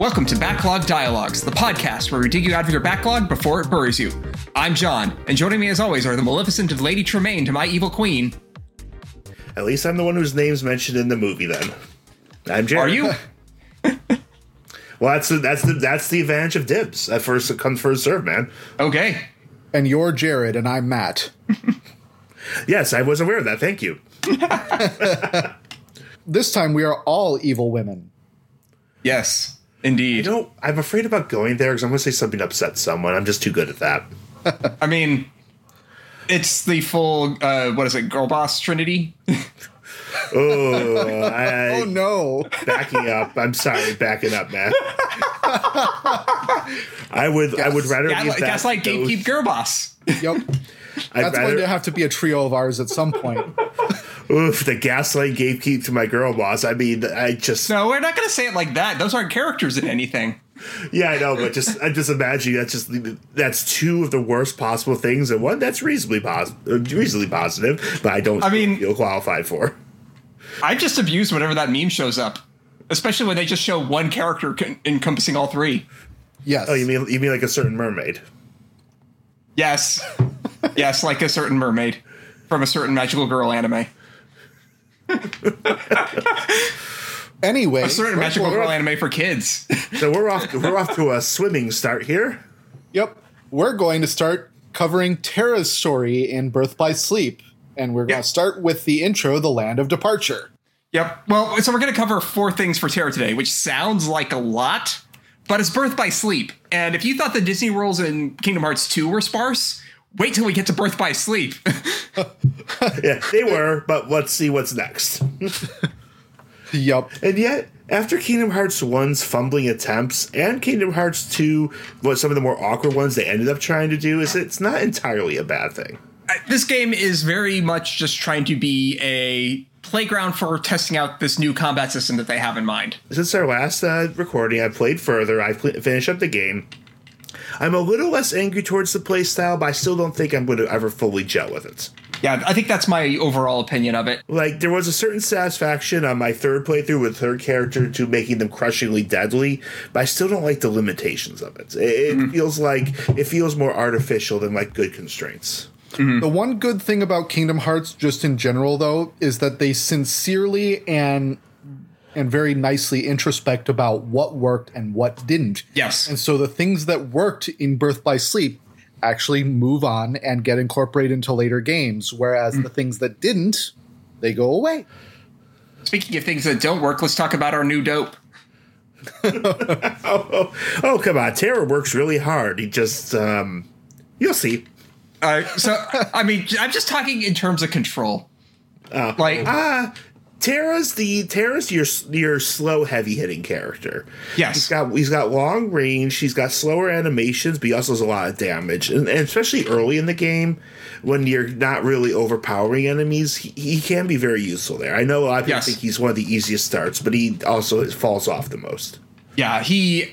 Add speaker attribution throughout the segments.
Speaker 1: Welcome to Backlog Dialogues, the podcast where we dig you out of your backlog before it buries you. I'm John, and joining me as always are the Maleficent of Lady Tremaine to my evil queen.
Speaker 2: At least I'm the one whose name's mentioned in the movie. Then I'm Jared.
Speaker 1: Are you?
Speaker 2: Well, that's the, that's the that's the advantage of dibs. At first come first serve, man.
Speaker 1: Okay.
Speaker 3: and you're Jared, and I'm Matt.
Speaker 2: Yes, I was aware of that. Thank you.
Speaker 3: This time we are all evil women.
Speaker 1: Yes, indeed.
Speaker 2: You know, I'm afraid about going there because I'm going to say something to upset someone. I'm just too good at that.
Speaker 1: I mean, it's the full, uh, what is it, girl boss trinity?
Speaker 2: Oh, I,
Speaker 3: Oh no!
Speaker 2: backing up. I'm sorry, backing up, man. I would I would rather be
Speaker 1: Gaslight
Speaker 2: that
Speaker 1: gaslight
Speaker 2: those-
Speaker 1: gatekeep girl boss.
Speaker 3: Yep,
Speaker 2: I'd
Speaker 3: that's
Speaker 2: rather-
Speaker 3: going to have to be a trio of ours at some point.
Speaker 2: Oof, the gaslight gatekeep to my girl boss. I mean, I just
Speaker 1: No, we're not going to say it like that. Those aren't characters in anything.
Speaker 2: yeah, I know, but just I'm just imagining that's just that's two of the worst possible things, and one that's reasonably positive, reasonably positive, but I don't.
Speaker 1: I mean-
Speaker 2: feel qualified for.
Speaker 1: I just abuse whenever that meme shows up, especially when they just show one character con- encompassing all three.
Speaker 3: Yes.
Speaker 2: Oh, you mean you mean like a certain mermaid?
Speaker 1: Yes. yes, like a certain mermaid from a certain magical girl anime.
Speaker 3: anyway?
Speaker 1: A certain magical girl anime for kids.
Speaker 2: So we're off. we're off to a swimming start here.
Speaker 3: Yep, we're going to start covering Tara's story in Birth by Sleep, and we're going
Speaker 1: Yeah.
Speaker 3: to start with the intro, "The Land of Departure."
Speaker 1: yep. Well, so we're going to cover four things for Terra today, which sounds like a lot, but it's Birth by Sleep. And if you thought the Disney worlds in Kingdom Hearts 2 were sparse, wait till we get to Birth by Sleep.
Speaker 2: Yeah, they were, but let's see what's next.
Speaker 3: Yep.
Speaker 2: And yet, after Kingdom Hearts 1's fumbling attempts and Kingdom Hearts 2, what some of the more awkward ones they ended up trying to do, is it's not entirely a bad thing.
Speaker 1: this game is very much just trying to be a playground for testing out this new combat system that they have in mind.
Speaker 2: Since our last uh, recording, I played further, I pl- finished up the game. I'm a little less angry towards the playstyle, but I still don't think I'm going to ever fully gel with it.
Speaker 1: Yeah, I think that's my overall opinion of it.
Speaker 2: Like, there was a certain satisfaction on my third playthrough with her character to making them crushingly deadly, but I still don't like the limitations of it. It, it feels like it feels more artificial than like good constraints.
Speaker 3: The one good thing about Kingdom Hearts, just in general, though, is that they sincerely and and very nicely introspect about what worked and what didn't.
Speaker 1: Yes.
Speaker 3: And so the things that worked in Birth by Sleep actually move on and get incorporated into later games, whereas
Speaker 1: Mm.
Speaker 3: the things that didn't, they go away.
Speaker 1: Speaking of things that don't work, let's talk about our new dope.
Speaker 2: Oh, oh, come on. Tara works really hard. He just, um, you'll see.
Speaker 1: Uh, so, I mean, I'm just talking in terms of control. like,
Speaker 2: Tara's the Tara's your your slow heavy hitting character.
Speaker 1: Yes.
Speaker 2: he's got he's got long range. He's got slower animations, but he also does a lot of damage, and, and especially early in the game when you're not really overpowering enemies, he, he can be very useful there. I know a lot of people
Speaker 1: Yes.
Speaker 2: think he's one of the easiest starts, but he also falls off the most.
Speaker 1: yeah, he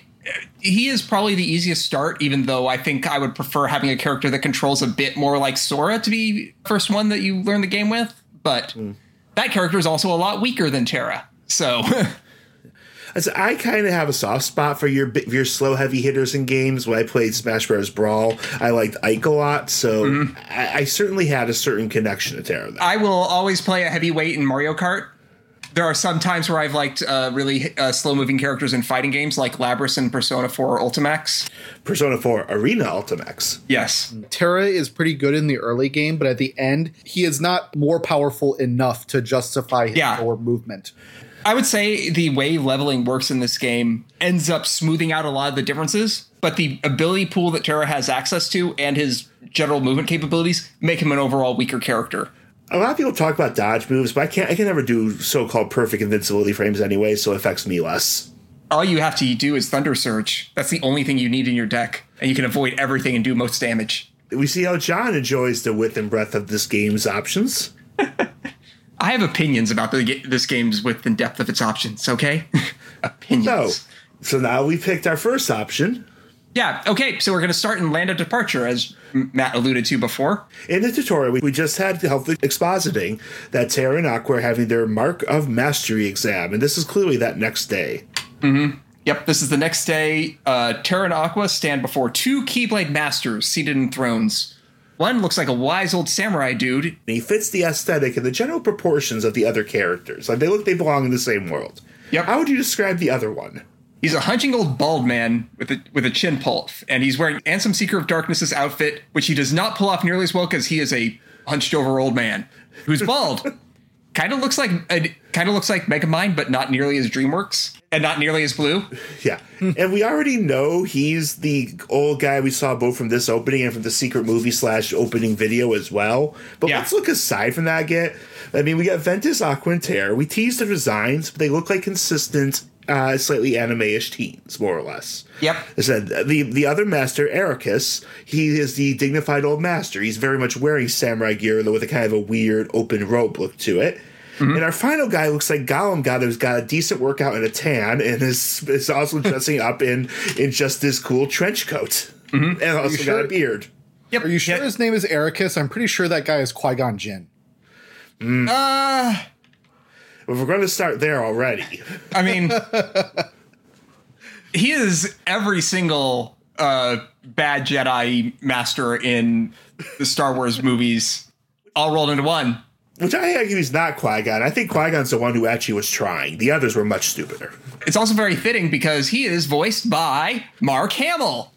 Speaker 1: he is probably the easiest start. Even though I think I would prefer having a character that controls a bit more like Sora to be first one that you learn the game with. But that character is also a lot weaker than Terra. So,
Speaker 2: As I kind of have a soft spot for your bi- your slow heavy hitters in games. When I played Smash Bros. Brawl, I liked Ike a lot, so
Speaker 1: Mm-hmm.
Speaker 2: I, I certainly had a certain connection to Terra.
Speaker 1: I will always play a heavyweight in Mario Kart. There are some times where I've liked uh, really uh, slow moving characters in fighting games like Labrys and Persona 4 Ultimax.
Speaker 2: Persona 4 Arena Ultimax.
Speaker 1: Yes.
Speaker 3: Terra is pretty good in the early game, but at the end, he is not more powerful enough to justify his
Speaker 1: Yeah.
Speaker 3: forward movement.
Speaker 1: I would say the way leveling works in this game ends up smoothing out a lot of the differences, but the ability pool that Terra has access to and his general movement capabilities make him an overall weaker character.
Speaker 2: A lot of people talk about dodge moves, but I can't. I can never do so-called perfect invincibility frames anyway, so it affects me less.
Speaker 1: All you have to do is Thunder Surge. That's the only thing you need in your deck, and you can avoid everything and do most damage.
Speaker 2: We see how John enjoys the width and breadth of this game's options.
Speaker 1: I have opinions about the, ga- this game's width and depth of its options, okay? opinions.
Speaker 2: So, so now we picked our first option.
Speaker 1: Yeah, okay, so we're going to start in Land of Departure, as M- Matt alluded to before.
Speaker 2: In the tutorial, we, we just had helpfully expositing that Terra and Aqua are having their Mark of Mastery exam, and this is clearly that next day.
Speaker 1: Yep, this is the next day. Uh, Terra and Aqua stand before two Keyblade masters seated in thrones. One looks like a wise old samurai dude.
Speaker 2: And he fits the aesthetic and the general proportions of the other characters. Like they look they belong in the same world.
Speaker 1: Yep.
Speaker 2: How would you describe the other one?
Speaker 1: He's a hunching old bald man with a, with a chin pulp, and he's wearing Ansem Seeker of Darkness's outfit, which he does not pull off nearly as well because he is a hunched over old man who's bald. kind of looks like kind of looks like Megamind, but not nearly as DreamWorks and not nearly as blue.
Speaker 2: Yeah. and we already know he's the old guy we saw both from this opening and from the secret movie slash opening video as well. But
Speaker 1: Yeah.
Speaker 2: let's look aside from that. Get, I mean, we got Ventus Aquinter. We teased their designs, but they look like consistent, uh, slightly anime-ish teens, more or less.
Speaker 1: Yep.
Speaker 2: I said the the other master, Ericus. He is the dignified old master. He's very much wearing samurai gear, though with a kind of a weird open robe look to it. And our final guy looks like Gollum God who's got a decent workout and a tan, and is is also dressing up in in just this cool trench coat, and also got
Speaker 3: sure?
Speaker 2: a beard.
Speaker 1: Yep.
Speaker 3: Are you sure his name is Ericus? I'm pretty sure that guy is Qui Gon Jinn.
Speaker 1: Uh,
Speaker 2: But we're going to start there already.
Speaker 1: I mean, he is every single uh, bad Jedi master in the Star Wars movies, all rolled into one.
Speaker 2: Which I argue is not Qui Gon. I think Qui Gon's the one who actually was trying. The others were much stupider.
Speaker 1: It's also very fitting because he is voiced by Mark Hamill.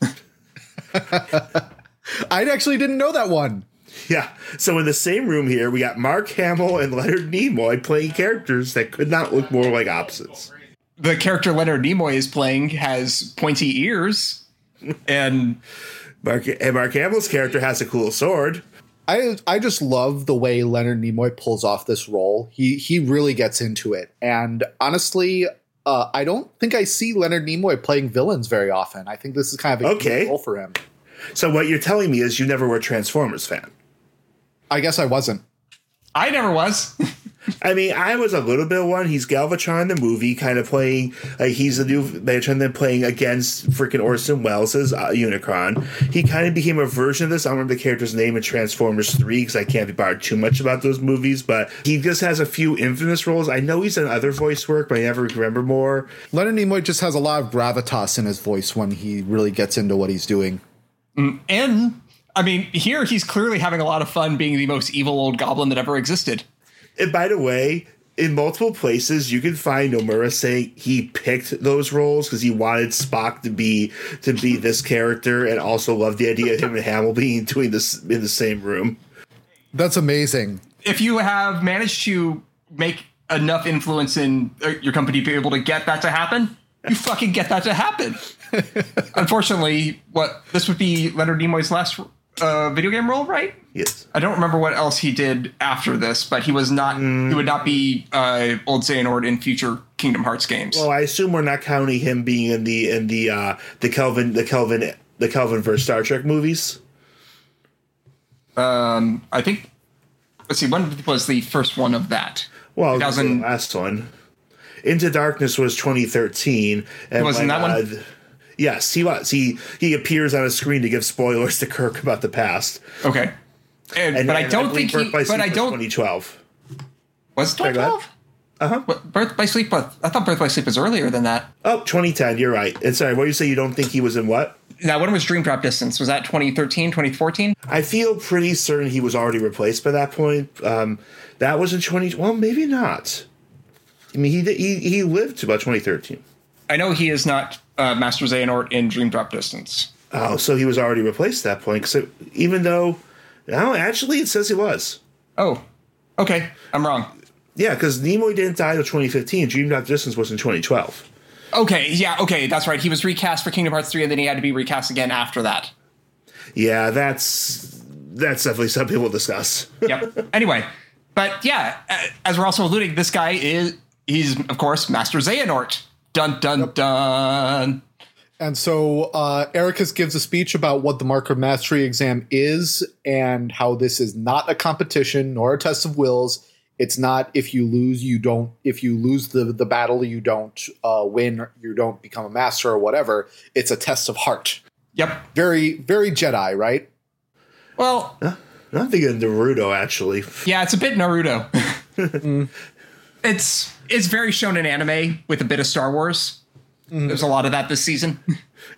Speaker 3: I actually didn't know that one.
Speaker 2: Yeah. So in the same room here, we got Mark Hamill and Leonard Nimoy playing characters that could not look more like opposites.
Speaker 1: The character Leonard Nimoy is playing has pointy ears, and
Speaker 2: Mark and Mark Hamill's character has a cool sword.
Speaker 3: I I just love the way Leonard Nimoy pulls off this role. He he really gets into it. And honestly, uh, I don't think I see Leonard Nimoy playing villains very often. I think this is kind of a unique
Speaker 2: Okay.
Speaker 3: role for him.
Speaker 2: So what you're telling me is you never were a Transformers fan.
Speaker 3: I guess I wasn't.
Speaker 1: I never was.
Speaker 2: I mean, I was a little bit of one. He's Galvatron in the movie, kind of playing. Uh, he's the new Megatron, then playing against freaking Orson Welles as uh, Unicron. He kind of became a version of this. I don't remember the character's name in Transformers Three because I can't be bothered too much about those movies. But he just has a few infamous roles. I know he's done other voice work, but I never remember more.
Speaker 3: Leonard Nimoy just has a lot of gravitas in his voice when he really gets into what he's doing.
Speaker 1: And I mean, here he's clearly having a lot of fun being the most evil old goblin that ever existed.
Speaker 2: And by the way, in multiple places, you can find Nomura saying he picked those roles because he wanted Spock to be to be this character, and also loved the idea of him and Hamill being doing this in the same room.
Speaker 3: That's amazing.
Speaker 1: If you have managed to make enough influence in uh, your company to be able to get that to happen, you fucking get that to happen. Unfortunately, what this would be Leonard Nimoy's last uh, video game role, right?
Speaker 2: Yes,
Speaker 1: I don't remember what else he did after this, but he was not. He would not be uh, old Xehanort in future Kingdom Hearts games.
Speaker 2: well, I assume we're not counting him being in the in the uh, the Kelvin the Kelvin the Kelvin versus Star Trek movies.
Speaker 1: I think. Let's see. When was the first one of that?
Speaker 2: Well, this is the
Speaker 1: 2000
Speaker 2: last one. Into Darkness was 2013. And uh,
Speaker 1: was in that one?
Speaker 2: th- yes, he was. He he appears on a screen to give spoilers to Kirk about the past.
Speaker 1: Okay. And,
Speaker 2: And-
Speaker 1: but I
Speaker 2: and
Speaker 1: don't
Speaker 2: believe
Speaker 1: think he.
Speaker 2: Birth by
Speaker 1: But
Speaker 2: Sleep
Speaker 1: I
Speaker 2: was
Speaker 1: don't.
Speaker 2: 2012.
Speaker 1: Was it
Speaker 2: go ahead. Uh-huh.
Speaker 1: 2012? Uh huh. Birth by Sleep. But I thought Birth by Sleep was earlier than that.
Speaker 2: Oh, 2010. You're right. And sorry, what do you say? You don't think he was in what?
Speaker 1: Now, when was Dream Drop Distance? Was that 2013, 2014?
Speaker 2: I feel pretty certain he was already replaced by that point. Um, that was in 20. Well, maybe not. I mean, he did- he he lived to about 2013.
Speaker 1: I know he is not uh, Master Xehanort in Dream Drop Distance.
Speaker 2: Oh, so he was already replaced at that point. So even though, no, actually, it says he was.
Speaker 1: Oh, okay. I'm wrong.
Speaker 2: Yeah, because Nimoy didn't die until 2015. Dream Drop Distance was in 2012.
Speaker 1: Okay, yeah, okay, that's right. He was recast for Kingdom Hearts 3, and then he had to be recast again after that.
Speaker 2: Yeah, that's that's definitely something we'll discuss.
Speaker 1: Yep. anyway, but yeah, a- as we're also alluding, this guy is, he's, of course, Master Xehanort. Dun, dun, dun.
Speaker 3: And so uh, Ericus gives a speech about what the Marker Mastery exam is and how this is not a competition nor a test of wills. It's not if you lose, you don't. If you lose the, the battle, you don't uh, win, you don't become a master or whatever. It's a test of heart.
Speaker 1: Yep.
Speaker 3: Very, very Jedi, right?
Speaker 1: Well,
Speaker 2: I'm thinking Naruto actually.
Speaker 1: yeah, it's a bit Naruto. it's it's very shown in anime with a bit of Star Wars. There's a lot of that this season.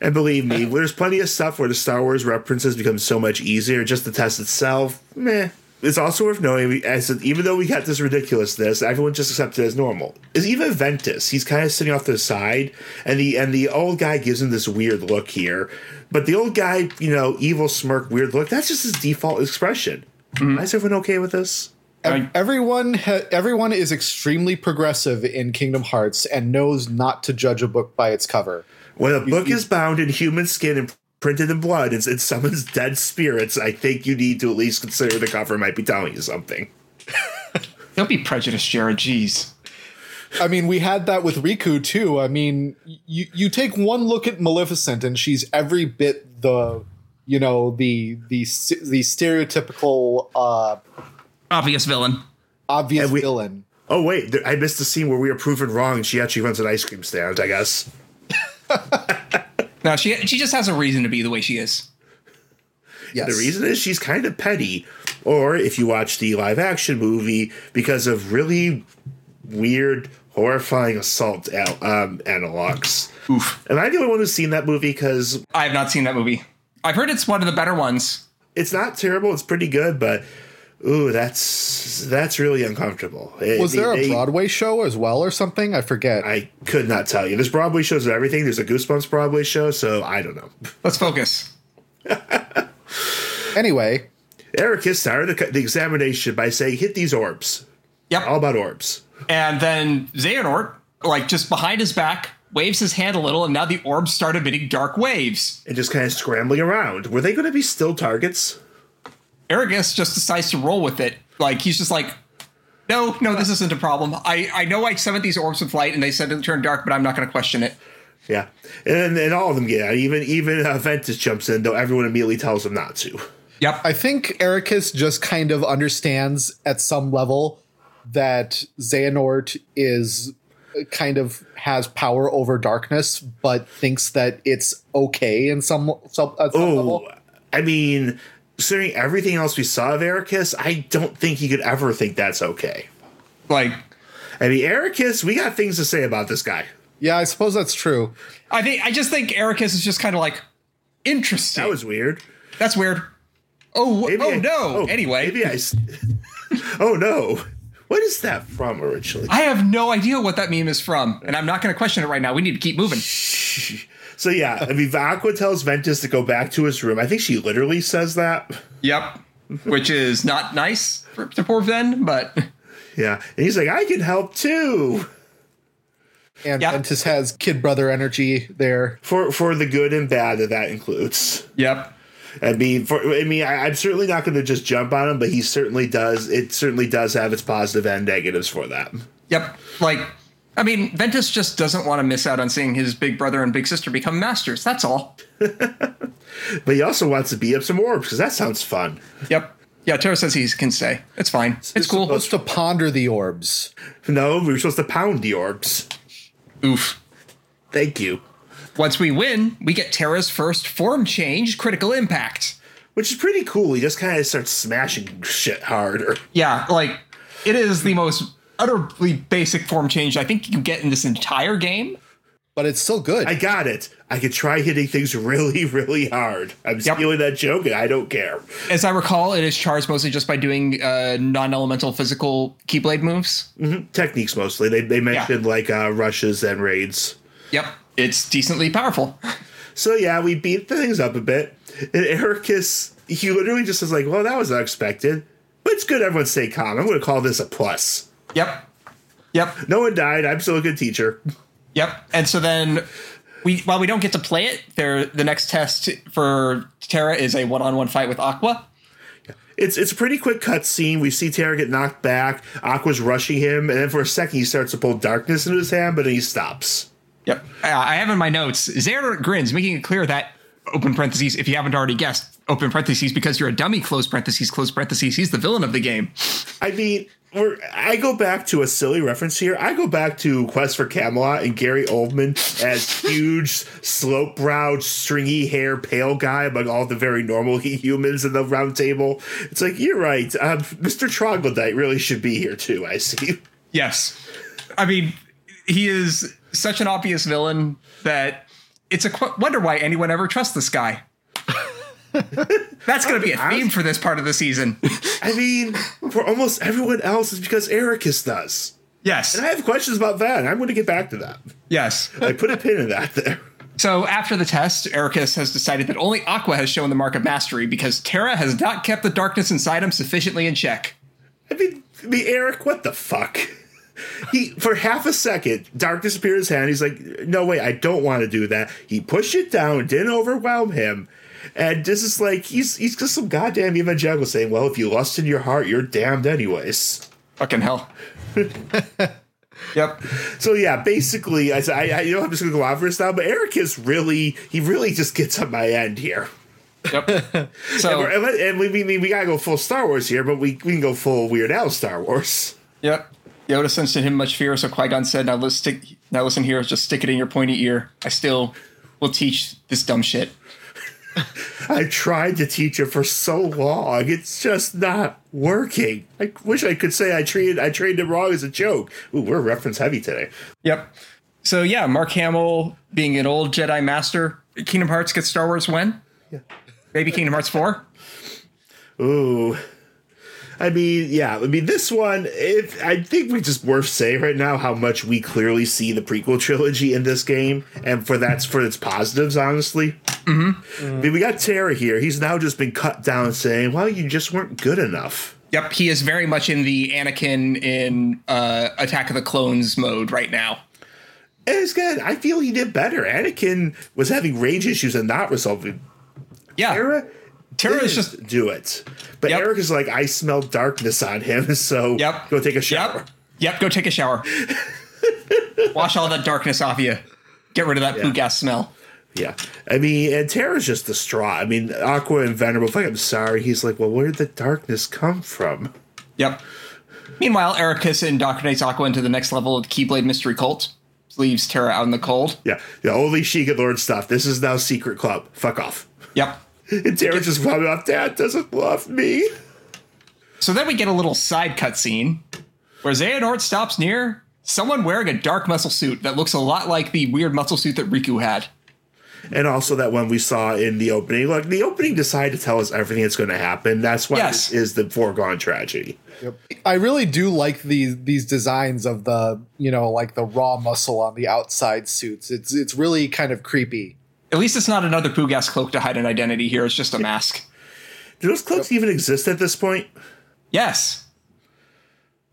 Speaker 2: And believe me, there's plenty of stuff where the Star Wars references become so much easier. Just the test itself, meh. It's also worth knowing, we- as even though we got this ridiculousness, everyone just accepted it as normal. Is even Ventus? He's kind of sitting off to the side, and the and the old guy gives him this weird look here. But the old guy, you know, evil smirk, weird look. That's just his default expression. Why is everyone okay with this?
Speaker 1: I-
Speaker 3: Everyone, ha- everyone is extremely progressive in Kingdom Hearts and knows not to judge a book by its cover.
Speaker 2: When a book is bound in human skin and printed in blood and it summons dead spirits, I think you need to at least consider the cover might be telling you something.
Speaker 1: Don't be prejudiced, Jared. Jeez.
Speaker 3: I mean, we had that with Riku too. I mean, you you take one look at Maleficent, and she's every bit the you know the the s- the stereotypical uh,
Speaker 1: Obvious villain.
Speaker 3: obvious
Speaker 2: And we-
Speaker 3: villain.
Speaker 2: Oh wait, th- I missed the scene where we were proven wrong. and She actually runs an ice cream stand. I guess.
Speaker 1: No, she she just has a reason to be the way she is.
Speaker 3: Yes.
Speaker 2: The reason is she's kind of petty, or if you watch the live action movie, because of really weird, horrifying assault al- um, analogs.
Speaker 1: Oof.
Speaker 2: Am I the only one who's seen that movie? Because
Speaker 1: I have not seen that movie. I've heard it's one of the better ones.
Speaker 2: it's not terrible; it's pretty good, but ooh, that's that's really uncomfortable. It-
Speaker 3: was there a
Speaker 2: they-
Speaker 3: Broadway show as well or something? I forget.
Speaker 2: I could not tell you. There's Broadway shows of everything. There's a Goosebumps Broadway show, so I don't know.
Speaker 1: Let's focus.
Speaker 3: anyway,
Speaker 2: Eric has started the, the examination by saying, "Hit these orbs."
Speaker 1: Yep.
Speaker 2: All about orbs.
Speaker 1: And then Xehanort, like just behind his back, waves his hand a little, and now the orbs start emitting dark waves.
Speaker 2: and just kind of scrambling around. Were they going to be still targets?
Speaker 1: Aragus just decides to roll with it. Like he's just like, no, no, this isn't a problem. I, I know I summoned these orbs with light, and they said it turned dark, but I'm not going to question it.
Speaker 2: Yeah, and and all of them get out. Even even uh, Ventus jumps in, though everyone immediately tells him not to.
Speaker 1: Yep.
Speaker 3: I think Ericus just kind of understands at some level that Xehanort is uh, kind of has power over darkness, but thinks that it's okay in some, some, at some
Speaker 2: Oh,
Speaker 3: level.
Speaker 2: I mean, considering everything else we saw of Ericus, I don't think he could ever think that's okay.
Speaker 1: Like
Speaker 2: I mean, Ericus, we got things to say about this guy.
Speaker 3: Yeah, I suppose that's true.
Speaker 1: I think I just think Aragus is just kind of like interesting.
Speaker 2: That was weird.
Speaker 1: That's weird. Oh,
Speaker 2: Maybe
Speaker 1: oh
Speaker 2: I-
Speaker 1: no. anyway,
Speaker 2: maybe I. s- oh no, what is that from originally?
Speaker 1: I have no idea what that meme is from, and I'm not going to question it right now. We need to keep moving.
Speaker 2: So yeah, I mean, Aqua tells Ventus to go back to his room. I think she literally says that.
Speaker 1: Yep. Which is not nice for, to poor Ven, but
Speaker 2: Yeah, and he's like, I can help too.
Speaker 3: And
Speaker 1: Yeah.
Speaker 3: Ventus has kid brother energy there.
Speaker 2: for for the good and bad that that includes.
Speaker 1: yep.
Speaker 2: I mean, for I mean, I, I'm certainly not going to just jump on him, but he certainly does. It certainly does have its positive and negatives for that.
Speaker 1: Yep. Like, I mean, Ventus just doesn't want to miss out on seeing his big brother and big sister become masters. That's all.
Speaker 2: But he also wants to beat up some orbs because that sounds fun.
Speaker 1: Yep. Yeah, Tara says he can stay. It's fine. It's
Speaker 2: It's
Speaker 1: cool.
Speaker 3: Supposed to ponder the orbs.
Speaker 2: No, we were supposed to pound the orbs.
Speaker 1: Oof.
Speaker 2: Thank you.
Speaker 1: Once we win, we get Terra's first form change, critical impact.
Speaker 2: Which is pretty cool. He just kind of starts smashing shit harder.
Speaker 1: Yeah, like it is the most utterly basic form change I think you can get in this entire game.
Speaker 3: But it's still good.
Speaker 2: I got it. I could try hitting things really, really hard. I'm
Speaker 1: Yep.
Speaker 2: stealing that joke, and I don't care.
Speaker 1: As I recall, it is charged mostly just by doing uh, non-elemental physical keyblade moves.
Speaker 2: Techniques mostly. They they mentioned like uh, rushes and raids.
Speaker 1: Yep, it's decently powerful.
Speaker 2: So yeah, we beat things up a bit. And Ericus, he literally just is like, "Well, that was unexpected, but it's good everyone stay calm. I'm going to call this a plus.
Speaker 1: Yep, yep,
Speaker 2: No one died. I'm still a good teacher.
Speaker 1: yep. And so then we, while we don't get to play it, there the next test for Terra is a one-on-one fight with Aqua.
Speaker 2: It's it's a pretty quick cutscene. We see Terra get knocked back. Aqua's rushing him, and then for a second he starts to pull darkness into his hand, but then he stops.
Speaker 1: Yep. Uh, I have in my notes. Xehanort grins, making it clear that open parentheses. If you haven't already guessed, open parentheses because you're a dummy. Close parentheses. Close parentheses. He's the villain of the game.
Speaker 2: I mean, we're, I go back to a silly reference here. I go back to Quest for Camelot and Gary Oldman as huge, slope browed, stringy hair, pale guy among all the very normal humans in the round table. It's like, you're right. Um, Mr. Troglodyte really should be here too, I see.
Speaker 1: Yes. I mean, he is such an obvious villain that it's a qu- wonder why anyone ever trusts this guy. That's going to be a theme for this part of the season.
Speaker 2: I mean, for almost everyone else, it's because Ericus does.
Speaker 1: Yes.
Speaker 2: I have questions about that. and I'm going to get back to that.
Speaker 1: Yes.
Speaker 2: I put a pin in that there.
Speaker 1: So after the test, Ericus has decided that only Aqua has shown the mark of mastery because Terra has not kept the darkness inside him sufficiently in check.
Speaker 2: I mean, I mean, Eric, what the fuck? He for half a second, darkness appeared in his hand. He's like, "No way, I don't want to do that." He pushed it down, didn't overwhelm him, and this is like he's he's just some goddamn evangelical saying, "Well, if you lust in your heart, you're damned anyways."
Speaker 1: Fucking hell. yep.
Speaker 2: So yeah, basically, I I, I you know I'm just gonna go on for this now, but Eric is really he really just gets on my end here.
Speaker 1: Yep.
Speaker 2: Or-
Speaker 1: So,
Speaker 2: And, let- and we, we we gotta go full Star Wars here, but we we can go full Weird Al Star Wars.
Speaker 1: yep. Yoda sensed in him much fear, so Qui Gon said, "Now let's stick. Now listen here. Just stick it in your pointy ear. I still will teach this dumb shit."
Speaker 2: I tried to teach it for so long. It's just not working. I wish I could say I treated I trained it wrong as a joke. Ooh, we're reference heavy today.
Speaker 1: Yep. So yeah, Mark Hamill being an old Jedi master, Kingdom Hearts gets Star Wars when?
Speaker 2: Yeah.
Speaker 1: Maybe Kingdom Hearts four.
Speaker 2: Ooh. I mean, yeah. I mean, this one. If I think we just worth saying right now how much we clearly see the prequel trilogy in this game, and for that's for its positives, honestly. Mm-hmm. I mean, we got Terra here. He's now just been cut down, saying, "Well, you just weren't good enough."
Speaker 1: Yep, he is very much in the Anakin in uh, Attack of the Clones mode right now.
Speaker 2: And it's good. I feel he did better. Anakin was having rage issues and not resolving
Speaker 1: Yeah,
Speaker 2: Tara,
Speaker 1: Tara
Speaker 2: didn't
Speaker 1: is just
Speaker 2: do it. But
Speaker 1: Yep.
Speaker 2: Eric is like, I smell darkness on him, so
Speaker 1: Yep.
Speaker 2: go take a shower.
Speaker 1: yep, yep. Go take a shower. Wash all that darkness off you. Get rid of that poo
Speaker 2: Yeah.
Speaker 1: gas smell.
Speaker 2: Yeah. I mean, and Tara's just distraught. I mean, Aqua and Venerable, like, I'm sorry. He's like, Well, where'd the darkness come from?
Speaker 1: Yep. Meanwhile, Ericus indoctrinates Aqua into the next level of the Keyblade Mystery Cult. Leaves Terra out in the cold.
Speaker 2: Yeah. The only Sheikah Lord stuff. This is now Secret Club. Fuck off.
Speaker 1: Yep.
Speaker 2: And Tara's just probably off. Dad doesn't love me.
Speaker 1: So then we get a little side cutscene where Xehanort stops near someone wearing a dark muscle suit that looks a lot like the weird muscle suit that Riku had.
Speaker 2: And also that one we saw in the opening. Like, the opening decided to tell us everything that's going to happen. That's why
Speaker 1: Yes.
Speaker 2: this is the foregone tragedy.
Speaker 3: I really do like these these designs of the you know like the raw muscle on the outside suits. It's it's really kind of creepy.
Speaker 1: At least it's not another poo gas cloak to hide an identity here. It's just a mask.
Speaker 2: Do those cloaks even exist at this point?
Speaker 1: Yes.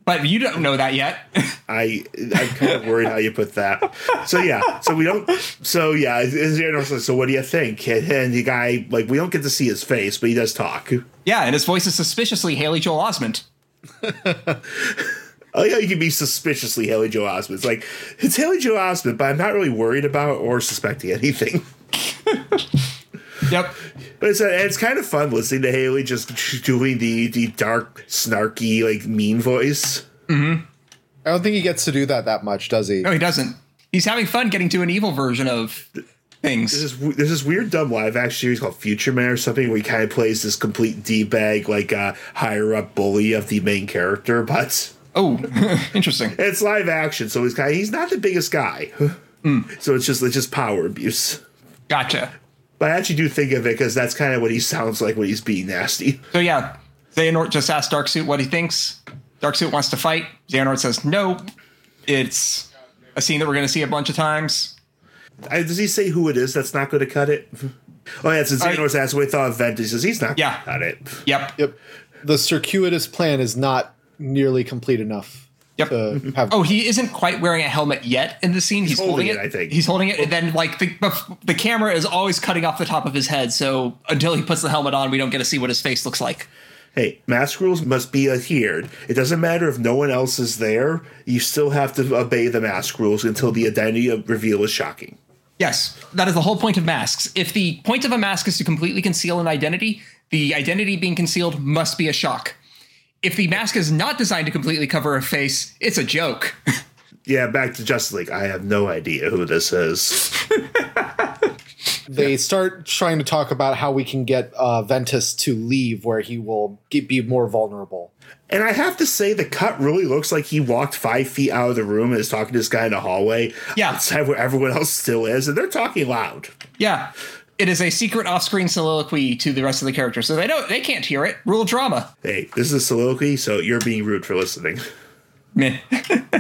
Speaker 1: But you don't know that yet.
Speaker 2: I I'm kind of worried how you put that. So yeah, so we don't. So yeah, is- is there no- so what do you think? And, and the guy like we don't get to see his face, but he does talk.
Speaker 1: yeah, and his voice is suspiciously Haley Joel Osment.
Speaker 2: Oh yeah, you can be suspiciously Haley Joe Osment. It's like it's Haley Joe Osment, but I'm not really worried about or suspecting anything.
Speaker 1: Yep.
Speaker 2: But it's and it's kind of fun listening to Haley just doing the the dark snarky like mean voice.
Speaker 3: I don't think he gets to do that that much, does he?
Speaker 1: No, he doesn't. He's having fun getting to an evil version of things.
Speaker 2: There's this, there's this weird dumb live action series called Future Man or something where he kind of plays this complete d bag, like uh, higher up bully of the main character, but
Speaker 1: Oh, interesting.
Speaker 2: it's live action, so he's kind of, he's not the biggest guy.
Speaker 1: Hmm.
Speaker 2: So it's just it's just power abuse.
Speaker 1: Gotcha.
Speaker 2: But I actually do think of it because that's kind of what he sounds like when he's being nasty.
Speaker 1: So yeah, Xehanort just asked Darksuit what he thinks. Darksuit wants to fight. Xehanort says no. It's a scene that we're going to see a bunch of times.
Speaker 2: I, does he say who it is that's not going to cut it? Oh yeah, since
Speaker 1: I-
Speaker 2: Xehanort's asked what he thought of Vent, he says he's not
Speaker 1: Yeah.
Speaker 2: going to cut it.
Speaker 1: Yep.
Speaker 3: Yep. The circuitous plan is not nearly complete enough
Speaker 1: Yep.
Speaker 3: to have.
Speaker 1: Oh, he isn't quite wearing a helmet yet in the scene. He's, holding, it,
Speaker 2: holding it, I think.
Speaker 1: he's holding it, and then like the bef- the camera is always cutting off the top of his head. So until he puts the helmet on, we don't get to see what his face looks like.
Speaker 2: Hey, mask rules must be adhered. It doesn't matter if no one else is there. You still have to obey the mask rules until the identity of reveal is shocking.
Speaker 1: Yes, that is the whole point of masks. If the point of a mask is to completely conceal an identity, the identity being concealed must be a shock. If the mask is not designed to completely cover a face, it's a joke.
Speaker 2: Yeah, back to Justice League. I have no idea who this is.
Speaker 3: They start trying to talk about how we can get uh, Ventus to leave, where he will get, be more vulnerable.
Speaker 2: And I have to say, the cut really looks like he walked five feet out of the room and is talking to this guy in the hallway
Speaker 1: Yeah.
Speaker 2: outside where everyone else still is, and they're talking loud.
Speaker 1: Yeah. It is a secret off-screen soliloquy to the rest of the characters, so they don't they can't hear it. Rule of drama.
Speaker 2: Hey, this is a soliloquy, so you're being rude for listening.
Speaker 1: Meh.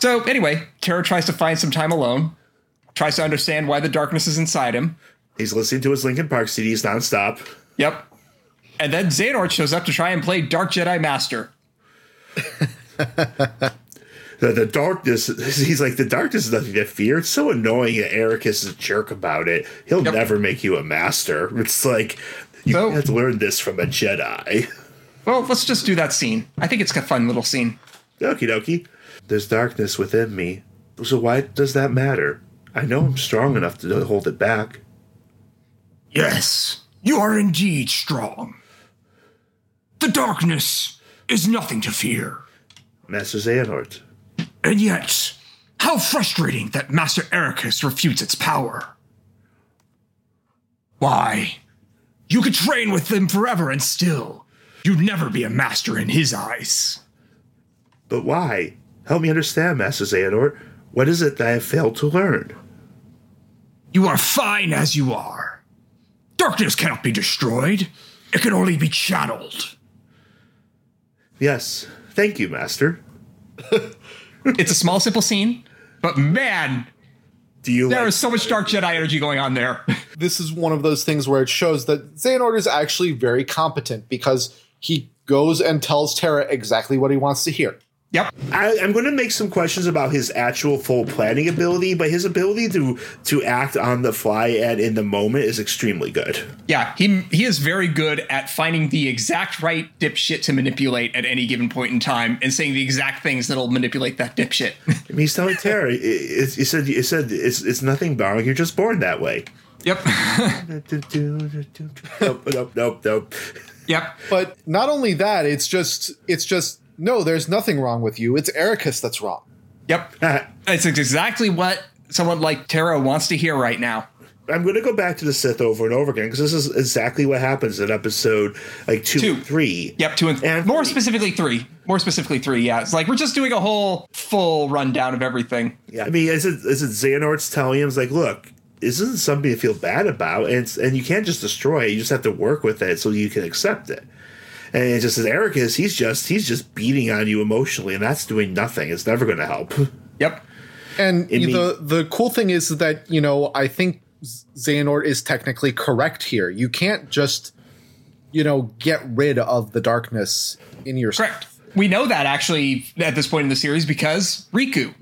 Speaker 1: so anyway, Kara tries to find some time alone, tries to understand why the darkness is inside him.
Speaker 2: He's listening to his Linkin Park CDs nonstop.
Speaker 1: Yep. And then Xehanort shows up to try and play Dark Jedi Master.
Speaker 2: The, the darkness, he's like, the darkness is nothing to fear. It's so annoying that Ericus is a jerk about it. He'll
Speaker 1: Yep.
Speaker 2: never make you a master. It's like, you
Speaker 1: So-
Speaker 2: can't learn this from a Jedi.
Speaker 1: Well, let's just do that scene. I think it's a fun little scene.
Speaker 2: Okie dokie. There's darkness within me. So why does that matter? I know I'm strong enough to hold it back.
Speaker 1: Yes, you are indeed strong. The darkness is nothing to fear.
Speaker 2: Master Xehanort.
Speaker 1: And yet, how frustrating that Master Ericus refutes its power. Why? You could train with them forever and still, you'd never be a master in his eyes.
Speaker 2: But why? Help me understand, Master Xehanort. What is it that I have failed to learn?
Speaker 1: You are fine as you are. Darkness cannot be destroyed, it can only be channeled.
Speaker 2: Yes. Thank you, Master.
Speaker 1: It's a small, simple scene, but man,
Speaker 2: Do you
Speaker 1: there
Speaker 2: like-
Speaker 1: is so much Dark Jedi energy going on there.
Speaker 3: this is one of those things where it shows that Xehanort is actually very competent because he goes and tells Terra exactly what he wants to hear.
Speaker 1: yep.
Speaker 2: I, I'm going to make some questions about his actual full planning ability, but his ability to to act on the fly and in the moment is extremely good.
Speaker 1: Yeah, he he is very good at finding the exact right dipshit to manipulate at any given point in time and saying the exact things that'll manipulate that dipshit.
Speaker 2: I mean, he's telling Terry, "It it- it said, it said, it's it's nothing wrong. You're just born that way."
Speaker 1: yep.
Speaker 2: nope, nope, nope, nope.
Speaker 1: yep.
Speaker 3: But not only that, it's just it's just no, there's nothing wrong with you. It's Ericus that's wrong.
Speaker 1: Yep.
Speaker 2: I'm
Speaker 1: It's exactly what someone like Tara wants to hear right now.
Speaker 2: going to go back to the Sith over and over again because this is exactly what happens in episode like two,
Speaker 1: Two.
Speaker 2: and three.
Speaker 1: Yep, two and, th-
Speaker 2: And
Speaker 1: more
Speaker 2: three.
Speaker 1: specifically three. More specifically three. Yeah, it's like we're just doing a whole full rundown of everything.
Speaker 2: Yeah, I mean, is it is it Xehanort's telling him, it's like, look, this isn't something to feel bad about, and it's, and you can't just destroy it. You just have to work with it so you can accept it. And it's just as Eric is, he's just he's just beating on you emotionally, and that's doing nothing. It's never going to help.
Speaker 1: Yep.
Speaker 3: And
Speaker 2: It mean-
Speaker 3: the the cool thing is that, you know, I think Z- Xehanort is technically correct here. You can't just you know, get rid of the darkness in your
Speaker 1: Correct. We know that actually at this point in the series because Riku.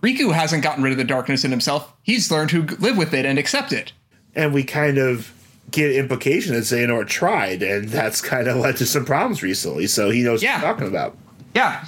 Speaker 1: Riku hasn't gotten rid of the darkness in himself. He's learned to g- live with it and accept it.
Speaker 2: And we kind of get implication that Xehanort tried, and that's kind of led to some problems recently. So he knows
Speaker 1: Yeah.
Speaker 2: what I'm talking about.
Speaker 1: Yeah.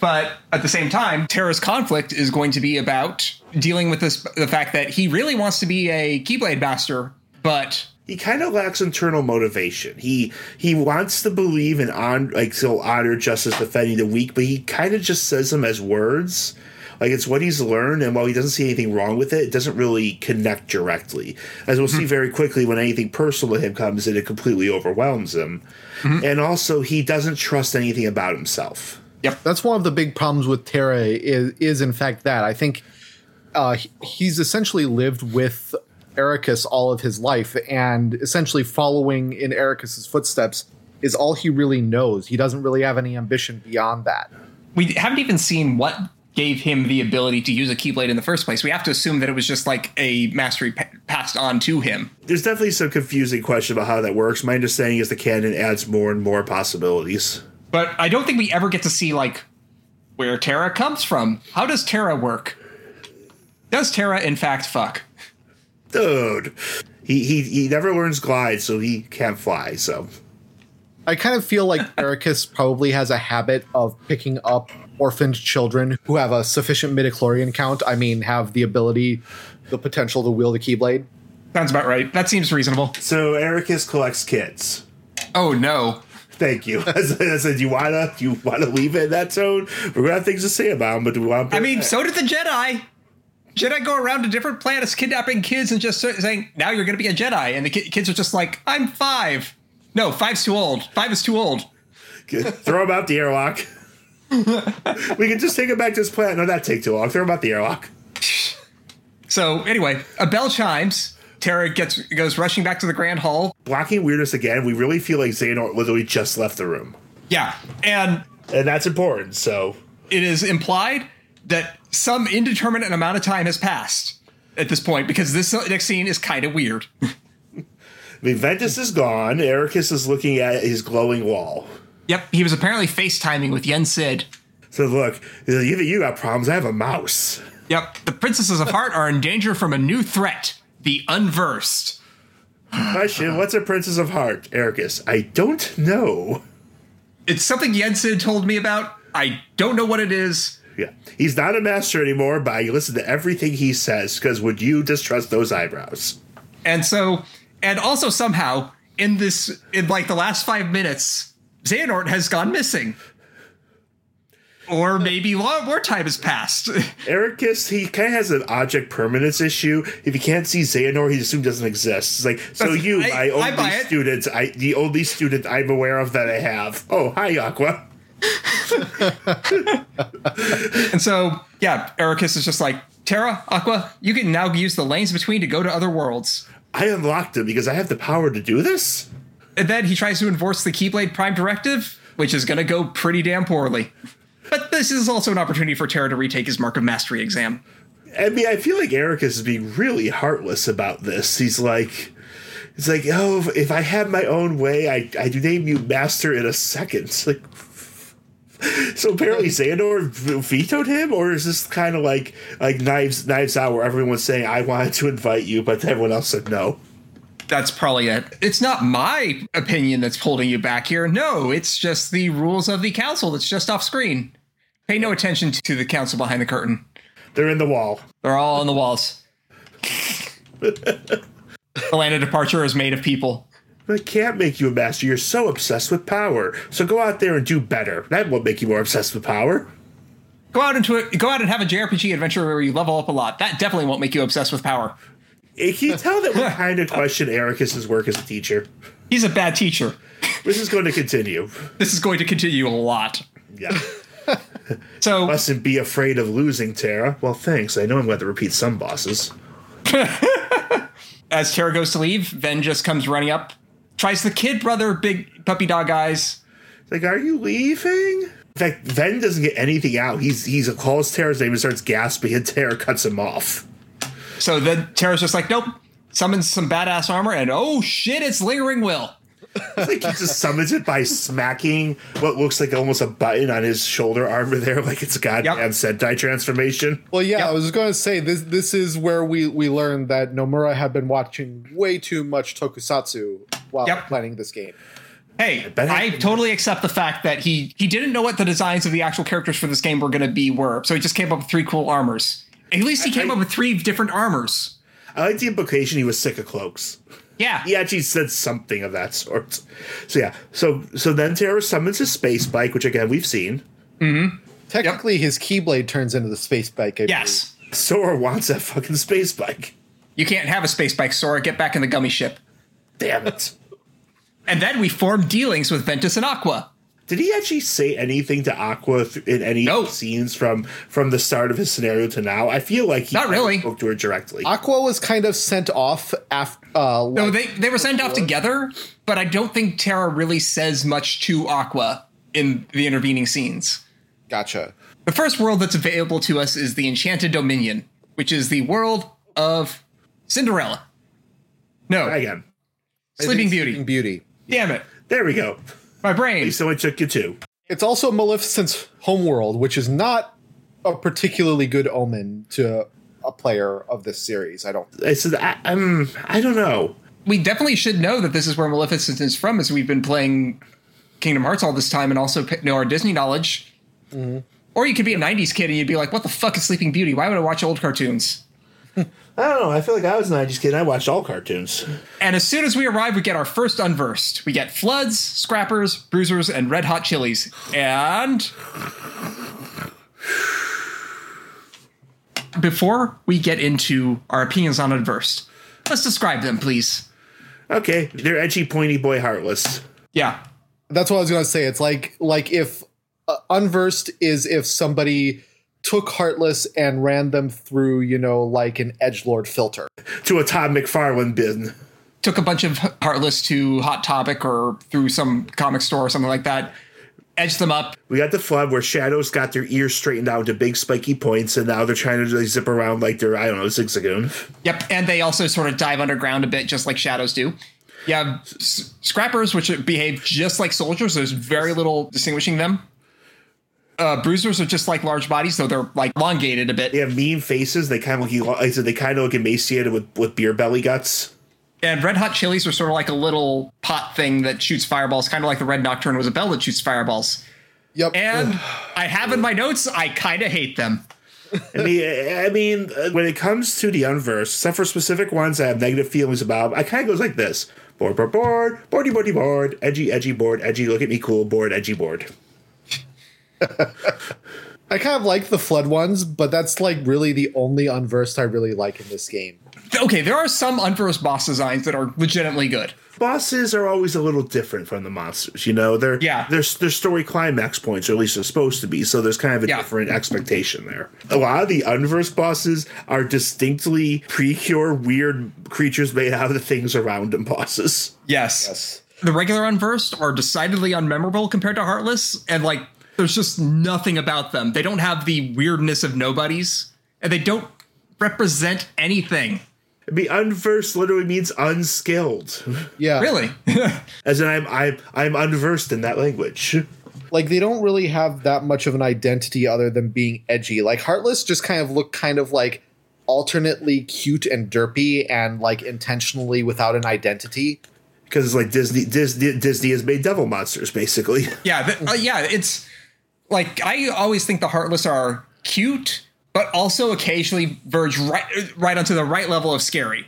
Speaker 1: But at the same time, Terra's conflict is going to be about dealing with this the fact that he really wants to be a Keyblade master, but
Speaker 2: he kind of lacks internal motivation. He he wants to believe in on like so honor justice defending the weak, but he kind of just says them as words. Like it's what he's learned, and while he doesn't see anything wrong with it, it doesn't really connect directly. As we'll see very quickly, when anything personal to him comes in, it completely overwhelms him. And also, he doesn't trust anything about himself.
Speaker 3: that's one of the big problems with Terra is, is in fact that I think uh, he- he's essentially lived with Ericus all of his life, and essentially following in Ericus's footsteps is all he really knows. He doesn't really have any ambition beyond that.
Speaker 1: we haven't even seen what gave him the ability to use a Keyblade in the first place. We have to assume that it was just like a mastery pa- passed on to him.
Speaker 2: There's definitely some confusing question about how that works. My understanding is the canon adds more and more possibilities.
Speaker 1: But I don't think we ever get to see like where Terra comes from. How does Terra work? Does Terra in fact fuck?
Speaker 2: dude. He he he never learns glide, so he can't fly. So
Speaker 3: I kind of feel like Ericus probably has a habit of picking up orphaned children who have a sufficient midichlorian count. I mean, have the ability, the potential to wield a keyblade.
Speaker 1: Sounds about right. That seems reasonable.
Speaker 2: so Ericus collects kids.
Speaker 1: Oh no.
Speaker 2: Thank you. I said, I said, you wanna you wanna leave it in that tone? We're gonna have things to say about him, but do we want?
Speaker 1: I mean, so did the Jedi. Jedi go around to different planets kidnapping kids and just saying, now you're going to be a Jedi. And the ki- kids are just like, I'm five. No, five's too old. Five is too old.
Speaker 2: Throw him out the airlock. we can just take him back to his planet. No, that take too long. Throw him out the airlock.
Speaker 1: So anyway, a bell chimes. Tara gets goes rushing back to the Grand Hall.
Speaker 2: Blocking weirdness again. We really feel like Xehanort literally just left the room,
Speaker 1: Yeah, and
Speaker 2: and that's important. So
Speaker 1: it is implied that some indeterminate amount of time has passed at this point because this next scene is kind of weird.
Speaker 2: I mean, Ventus is gone. Ericus is looking at his glowing wall.
Speaker 1: yep, he was apparently FaceTiming with Yen Sid.
Speaker 2: So look, he's like, even you got problems. I have a mouse.
Speaker 1: Yep, the princesses of heart are in danger from a new threat, the unversed.
Speaker 2: Question: What's a princess of heart, Ericus? I don't know.
Speaker 1: It's something Yen Sid told me about. I don't know what it is.
Speaker 2: Yeah, he's not a master anymore, but I listen to everything he says because would you distrust those eyebrows?
Speaker 1: And so, and also somehow in this, in like the last five minutes, Xehanort has gone missing. Or maybe law more time has passed.
Speaker 2: Ericus, he kind of has an object permanence issue. If he can't see Xehanort, he assumes doesn't exist. It's like, so
Speaker 1: That's-
Speaker 2: you,
Speaker 1: I-
Speaker 2: my
Speaker 1: I buy
Speaker 2: only
Speaker 1: it.
Speaker 2: student, I, the only student I'm aware of that I have. Oh, hi, Aqua.
Speaker 1: and so, yeah, Ericus is just like, Terra, Aqua, you can now use the lanes between to go to other worlds.
Speaker 2: I unlocked him because I have the power to do this.
Speaker 1: And then he tries to enforce the Keyblade Prime Directive, which is going to go pretty damn poorly. But this is also an opportunity for Terra to retake his Mark of Mastery exam.
Speaker 2: I mean, I feel like Ericus is being really heartless about this. He's like, it's like, oh, if- if I had my own way, I, I'd name you master in a second. It's like, so apparently Xandor v- vetoed him, or is this kind of like like Knives Knives Out, where everyone's saying I wanted to invite you, but everyone else said no.
Speaker 1: That's probably it. It's not my opinion that's holding you back here. No, it's just the rules of the council that's just off screen. Pay no attention to the council behind the curtain.
Speaker 2: They're in the wall.
Speaker 1: They're all on the walls. the land of departure is made of people.
Speaker 2: I can't make you a master. You're so obsessed with power. So go out there and do better. That will make you more obsessed with power.
Speaker 1: Go out into it. Go out and have a JRPG adventure where you level up a lot. That definitely won't make you obsessed with power.
Speaker 2: Can you tell that we kind of question Ericus's work as a teacher?
Speaker 1: He's a bad teacher.
Speaker 2: This is going to continue.
Speaker 1: This is going to continue a lot.
Speaker 2: Yeah.
Speaker 1: So
Speaker 2: Mustn't be afraid of losing Tara. Well, thanks. I know I'm going to repeat some bosses.
Speaker 1: as Tara goes to leave, Ven just comes running up, tries the kid brother, big puppy dog eyes.
Speaker 2: It's Like, are you leaving? In fact, Ven doesn't get anything out. He's he's calls Tara's name and starts gasping, and Tara cuts him off.
Speaker 1: So then Tara's just like, nope, summons some badass armor, and oh shit, it's Lingering Will.
Speaker 2: It's like he just summons it by smacking what looks like almost a button on his shoulder armor there, like it's a goddamn
Speaker 1: Yep.
Speaker 2: Sentai transformation.
Speaker 3: Well, yeah,
Speaker 1: Yep.
Speaker 3: I was going to say this. This is where we we learned that Nomura had been watching way too much tokusatsu while
Speaker 1: Yep.
Speaker 3: planning this game.
Speaker 1: Hey,
Speaker 2: bet I
Speaker 1: I,
Speaker 2: can-
Speaker 1: totally accept the fact that he he didn't know what the designs of the actual characters for this game were going to be were, so he just came up with three cool armors. At least he came
Speaker 2: I-
Speaker 1: up with three different armors.
Speaker 2: I like the implication he was sick of cloaks.
Speaker 1: Yeah,
Speaker 2: he actually said something of that sort. So yeah, so so then Tara summons his space bike, which again we've seen.
Speaker 3: Technically, his Keyblade turns into the space bike. I believe.
Speaker 1: yes.
Speaker 2: Sora wants that fucking space bike.
Speaker 1: You can't have a space bike, Sora. Get back in the gummy ship.
Speaker 2: Damn it.
Speaker 1: And then we form dealings with Ventus and Aqua.
Speaker 2: Did he actually say anything to Aqua th- in any
Speaker 1: No.
Speaker 2: scenes from from the start of his scenario to now? I feel like he
Speaker 1: Not really.
Speaker 2: spoke to her directly.
Speaker 3: Aqua was kind of sent off after. Uh,
Speaker 1: No,
Speaker 3: like-
Speaker 1: they they were sent off together, but I don't think Terra really says much to Aqua in the intervening scenes.
Speaker 3: gotcha.
Speaker 1: The first world that's available to us is the Enchanted Dominion, which is the world of Cinderella. No,
Speaker 2: again,
Speaker 1: Sleeping
Speaker 3: It's
Speaker 1: Beauty.
Speaker 3: Sleeping Beauty.
Speaker 1: Damn it.
Speaker 2: there we go.
Speaker 1: My brain.
Speaker 2: So it took you two.
Speaker 3: It's also Maleficent's homeworld, which is not a particularly good omen to a player of this series. I don't.
Speaker 2: I said, I, um, I don't know.
Speaker 1: We definitely should know that this is where Maleficent is from, as we've been playing Kingdom Hearts all this time and also p- know our Disney knowledge. Mm-hmm. Or you could be a 90s kid and you'd be like, what the fuck is Sleeping Beauty? Why would I watch old cartoons?
Speaker 2: I don't know. I feel like I was an 90s kid. And I watched all cartoons.
Speaker 1: And as soon as we arrive, we get our first unversed. We get floods, scrappers, bruisers, and red hot chilies. And Before we get into our opinions on Adverse, let's describe them, please.
Speaker 2: Okay, they're edgy, pointy boy, heartless.
Speaker 1: Yeah.
Speaker 3: That's what I was gonna say. It's like like if uh, unversed is if somebody took Heartless and ran them through, you know, like an edge lord filter.
Speaker 2: To a Todd McFarlane bin.
Speaker 1: Took a bunch of Heartless to Hot Topic or through some comic store or something like that, edged them up.
Speaker 2: We got the flood where shadows got their ears straightened out to big spiky points, and now they're trying to like, zip around like they're I don't know zigzagoon.
Speaker 1: Yep. And they also sort of dive underground a bit, just like shadows do. You have s- scrappers, which behave just like soldiers. There's very little distinguishing them. Uh, bruisers are just like large bodies, though they're like elongated a bit.
Speaker 2: They have mean faces. They kind of look like I said they kind of look emaciated with with beer belly guts.
Speaker 1: And red hot chilies are sort of like a little pot thing that shoots fireballs, kind of like the red nocturne was a bell that shoots fireballs.
Speaker 3: Yep.
Speaker 1: And I have in my notes, I kind of hate them.
Speaker 2: I mean, I mean, uh, when it comes to the unverse, except for specific ones I have negative feelings about, I kind of goes like this: bored, bored, bored, boardy, boardy, bored, edgy, edgy, bored, edgy. Look at me, cool, bored, edgy, bored.
Speaker 3: I kind of like the flood ones, but that's like really the only unversed I really like in this game.
Speaker 1: Okay, there are some unversed boss designs that are legitimately good.
Speaker 2: bosses are always a little different from the monsters. You know, they're
Speaker 1: Yeah.
Speaker 2: they're, they're story climax points, or at least they're supposed to be. So there's kind of a
Speaker 1: Yeah.
Speaker 2: different expectation there. A lot of the unverse bosses are distinctly precure weird creatures made out of the things around them bosses.
Speaker 1: Yes. The regular unversed are decidedly unmemorable compared to Heartless, and like there's just nothing about them. They don't have the weirdness of nobodies, and they don't represent anything.
Speaker 2: I mean, unversed literally means unskilled,
Speaker 3: Yeah.
Speaker 1: Really?
Speaker 2: as in I'm I'm I'm unversed in that language.
Speaker 3: Like they don't really have that much of an identity other than being edgy. Like Heartless just kind of look kind of like alternately cute and derpy and like intentionally without an identity.
Speaker 2: Because it's like Disney, Disney, Disney has made devil monsters, basically.
Speaker 1: yeah, th- uh, yeah, it's like I always think the Heartless are cute, but also occasionally verge right right onto the right level of scary.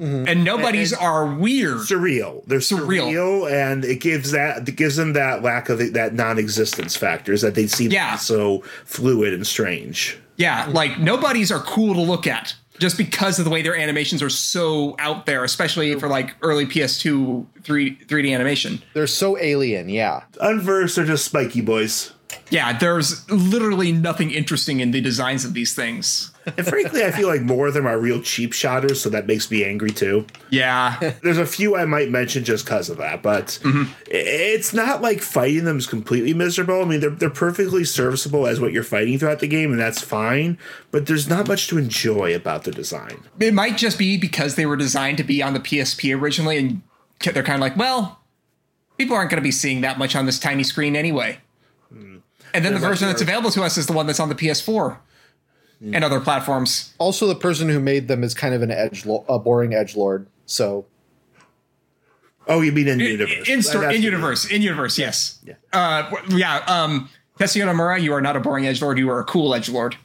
Speaker 1: And nobodies
Speaker 2: And-
Speaker 1: are weird.
Speaker 2: surreal. They're
Speaker 1: Surreal.
Speaker 2: surreal, and it gives that it gives them that lack of that non-existence factors that they seem
Speaker 1: Yeah.
Speaker 2: so fluid and strange.
Speaker 1: Yeah, like nobodies are cool to look at just because of the way their animations are so out there, especially for like early PS2 3 3D animation.
Speaker 3: They're so alien, yeah.
Speaker 2: Unverse are just spiky boys,
Speaker 1: Yeah, there's literally nothing interesting in the designs of these things.
Speaker 2: and frankly, I feel like more of them are real cheap shotters, so that makes me angry too.
Speaker 1: Yeah.
Speaker 2: There's a few I might mention just because of that, but
Speaker 1: Mm-hmm.
Speaker 2: i- it's not like fighting them is completely miserable. I mean, they're they're perfectly serviceable as what you're fighting throughout the game, and that's fine. But there's not much to enjoy about the design.
Speaker 1: it might just be because they were designed to be on the PSP originally and ki- they're kind of like, well, people aren't going to be seeing that much on this tiny screen anyway. And then the
Speaker 2: like
Speaker 1: version that's
Speaker 2: our-
Speaker 1: available to us is the one that's on the PS4 and other platforms.
Speaker 3: Also the person who made them is kind of an edge a boring edge lord. So
Speaker 2: Oh, you mean in universe?
Speaker 1: In,
Speaker 2: That's what
Speaker 1: in
Speaker 2: you mean.
Speaker 1: universe, in universe, yes. Yeah. Uh, w- yeah. Um, Tetsuya Nomura, you are not a boring edge lord. You are a cool edge lord.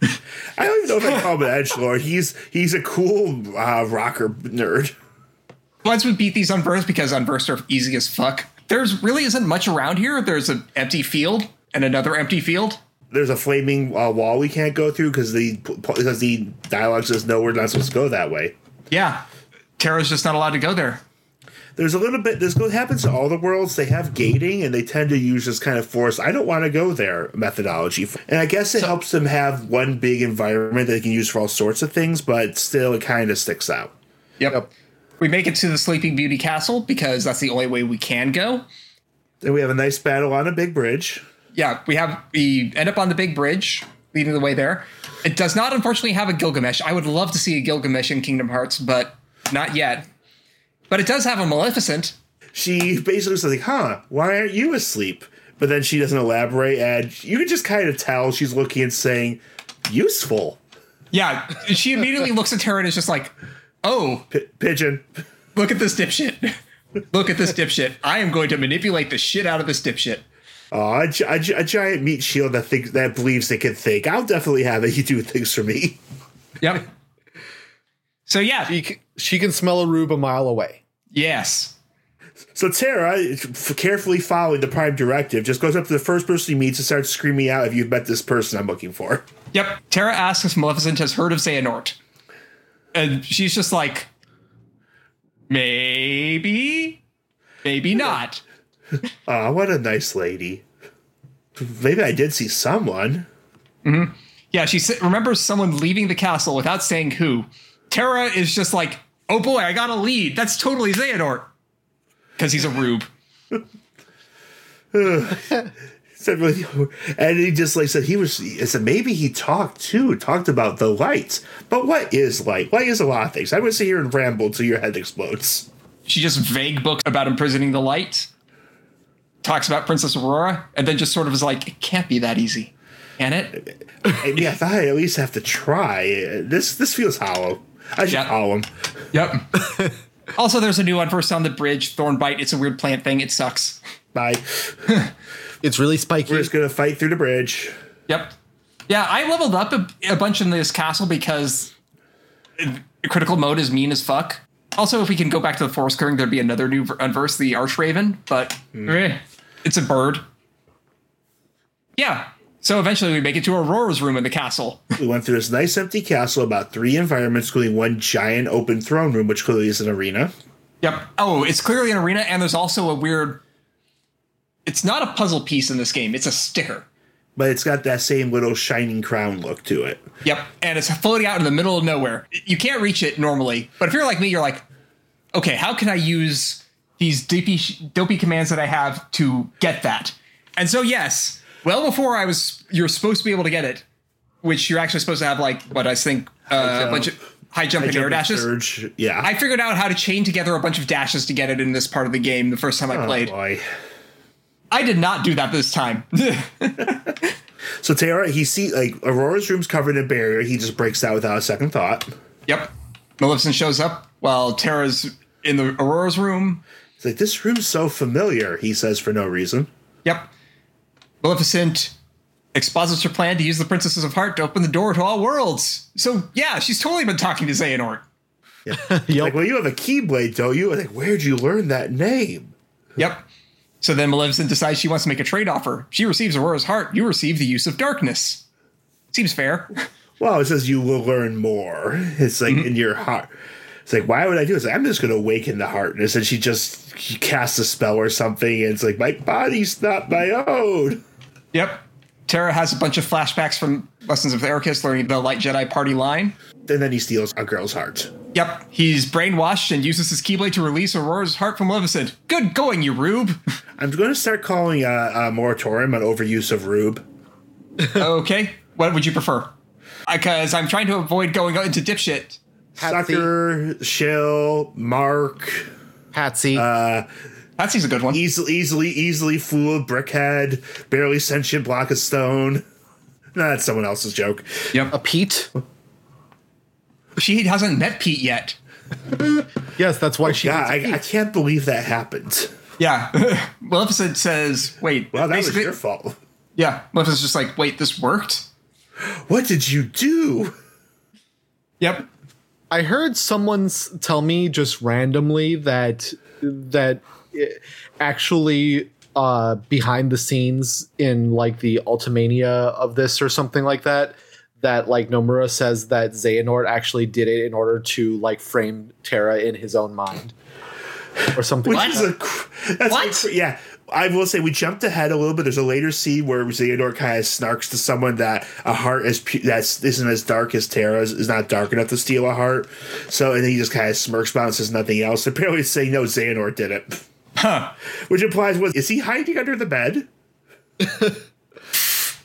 Speaker 2: I don't even know if I call him an edge lord. He's he's a cool uh, rocker nerd.
Speaker 1: Once we beat these unversed, because unversed are easy as fuck. There's really isn't much around here. There's an empty field and another empty field.
Speaker 2: There's a flaming uh, wall we can't go through because the because the dialogue says no, we're not supposed to go that way.
Speaker 1: Yeah, Terra's just not allowed to go there.
Speaker 2: There's a little bit. This go- happens to all the worlds. They have gating, and they tend to use this kind of force. I don't want to go there methodology. And I guess it helps them have one big environment that they can use for all sorts of things. But still, it kind of sticks out.
Speaker 1: Yep.
Speaker 3: Yep.
Speaker 1: We make it to the Sleeping Beauty Castle because that's the only way we can go.
Speaker 2: Then we have a nice battle on a big bridge.
Speaker 1: Yeah, we have we end up on the big bridge, leading the way there. It does not unfortunately have a Gilgamesh. I would love to see a Gilgamesh in Kingdom Hearts, but not yet. But it does have a Maleficent.
Speaker 2: she basically says like, "Huh, why aren't you asleep?" But then she doesn't elaborate, and you can just kind of tell she's looking and saying, "Useful
Speaker 1: Yeah, she immediately looks at Terra and is just like, "Oh,
Speaker 2: P- pigeon."
Speaker 1: look at this dipshit! Look at this dipshit! I am going to manipulate the shit out of this dipshit."
Speaker 2: Aw, a, gi- a gi- a giant meat shield that thinks that believes it can think. I'll definitely have it. You do things for me.
Speaker 1: Yep. So yeah,
Speaker 3: she, c- she can smell a rube a mile away.
Speaker 1: yes.
Speaker 2: So Tara, f- carefully following the prime directive, just goes up to the first person he meets and starts screaming out, "If you've met this person I'm looking for."
Speaker 1: Yep. Tara asks if Maleficent has heard of Xehanort. And she's just like, maybe, maybe not.
Speaker 2: Aw, what a nice lady. Maybe I did see someone.
Speaker 1: Yeah, she sa- remembers someone leaving the castle without saying who. Tara is just like, oh boy, I got a lead. That's totally Xehanort. Because he's a rube.
Speaker 2: Said really- And he just like said he was. I said maybe he talked too, talked about the lights. But what is light? Light is a lot of things. I would sit here and ramble till your head explodes.
Speaker 1: She just vague books about imprisoning the light, talks about Princess Aurora, and then just sort of is like, it can't be that easy. Can it?
Speaker 2: I mean, I thought I at least have to try. This this feels hollow. I should
Speaker 1: Yeah.
Speaker 2: hollow him.
Speaker 1: Yep. also, there's a new one first on the bridge, Thornbite. It's a weird plant thing. It sucks.
Speaker 2: Bye.
Speaker 4: It's really spiky.
Speaker 2: We're just gonna fight through the bridge.
Speaker 1: Yep. Yeah, I leveled up a, a bunch in this castle because critical mode is mean as fuck. Also, if we can go back to the forest clearing, there'd be another new ver- unverse, the Archraven, but eh, it's a bird. Yeah. So eventually we make it to Aurora's room in the castle.
Speaker 2: We went through this nice empty castle, about three environments, including one giant open throne room, which clearly is an arena.
Speaker 1: Yep. Oh, it's clearly an arena, and there's also a weird. It's not a puzzle piece in this game. It's a sticker.
Speaker 2: But it's got that same little shining crown look to it.
Speaker 1: Yep. And it's floating out in the middle of nowhere. You can't reach it normally, but if you're like me, you're like, okay, how can I use these dopey, dopey commands that I have to get that? And so, yes, well before I was, you're supposed to be able to get it, which you're actually supposed to have like what I think uh, a
Speaker 2: jump.
Speaker 1: bunch of high jump
Speaker 2: I
Speaker 1: and air
Speaker 2: jumped
Speaker 1: dashes.
Speaker 2: Surge. Yeah.
Speaker 1: I figured out how to chain together a bunch of dashes to get it in this part of the game the first time I
Speaker 2: Oh,
Speaker 1: played.
Speaker 2: boy.
Speaker 1: I did not do that this time.
Speaker 2: So Tara, he see like Aurora's room's covered in a barrier. He just breaks that without a second thought.
Speaker 1: yep. Maleficent shows up while Tara's in the Aurora's room.
Speaker 2: He's like, "This room's so familiar," he says for no reason.
Speaker 1: Yep. Maleficent exposits her plan to use the Princesses of Heart to open the door to all worlds. So yeah, she's totally been talking to Xehanort.
Speaker 2: Like, well, you have a keyblade, don't you? And like, where'd you learn that name?
Speaker 1: Yep. So then Maleficent decides she wants to make a trade offer. She receives Aurora's heart. You receive the use of darkness. Seems fair.
Speaker 2: Well, it says you will learn more. It's like in your heart. It's like, why would I do this? I'm just going to awaken the heartness. And she just she casts a spell or something. And it's like, my body's not my own.
Speaker 1: Yep. Tara has a bunch of flashbacks from Lessons of Ericus learning the Light Jedi party line.
Speaker 2: And then he steals a girl's heart.
Speaker 1: Yep, he's brainwashed and uses his Keyblade to release Aurora's heart from Maleficent. Good going, you rube.
Speaker 2: I'm going to start calling a, a moratorium on overuse of rube.
Speaker 1: okay, what would you prefer? Because I'm trying to avoid going into dipshit.
Speaker 4: Patsy.
Speaker 2: Sucker, shill, mark,
Speaker 4: Patsy.
Speaker 1: Patsy's a good one.
Speaker 2: easily, easily, easily fooled, brickhead, barely sentient block of stone. No, that's someone else's joke.
Speaker 4: a Pete.
Speaker 1: She hasn't met Pete yet.
Speaker 4: Yes, that's why she.
Speaker 2: God,
Speaker 4: needs a
Speaker 2: I, I
Speaker 4: Pete.
Speaker 2: can't believe that happened.
Speaker 1: Yeah, Maleficent says, "Wait,
Speaker 2: Well, that was
Speaker 1: basically-
Speaker 2: your fault.
Speaker 1: yeah." Maleficent's just like, "Wait, this worked."
Speaker 2: What did you do?
Speaker 1: Yep.
Speaker 4: I heard someone s- tell me just randomly that that eh, actually uh, behind the scenes in like the Ultimania of this or something like that that like Nomura says that Xehanort actually did it in order to like frame Terra in his own mind or something
Speaker 2: Which
Speaker 4: like
Speaker 2: is
Speaker 4: that.
Speaker 2: a cr- that's
Speaker 1: What?
Speaker 2: a cr- yeah. I will say we jumped ahead a little bit. There's a later scene where Xehanort kind of snarks to someone that a heart is pu- that's isn't as dark as Terra's is not dark enough to steal a heart. So and then he just kind of smirks about and says nothing else. Apparently, it's saying no, Xehanort did it,
Speaker 1: Huh.
Speaker 2: which implies what is he hiding under the bed? C-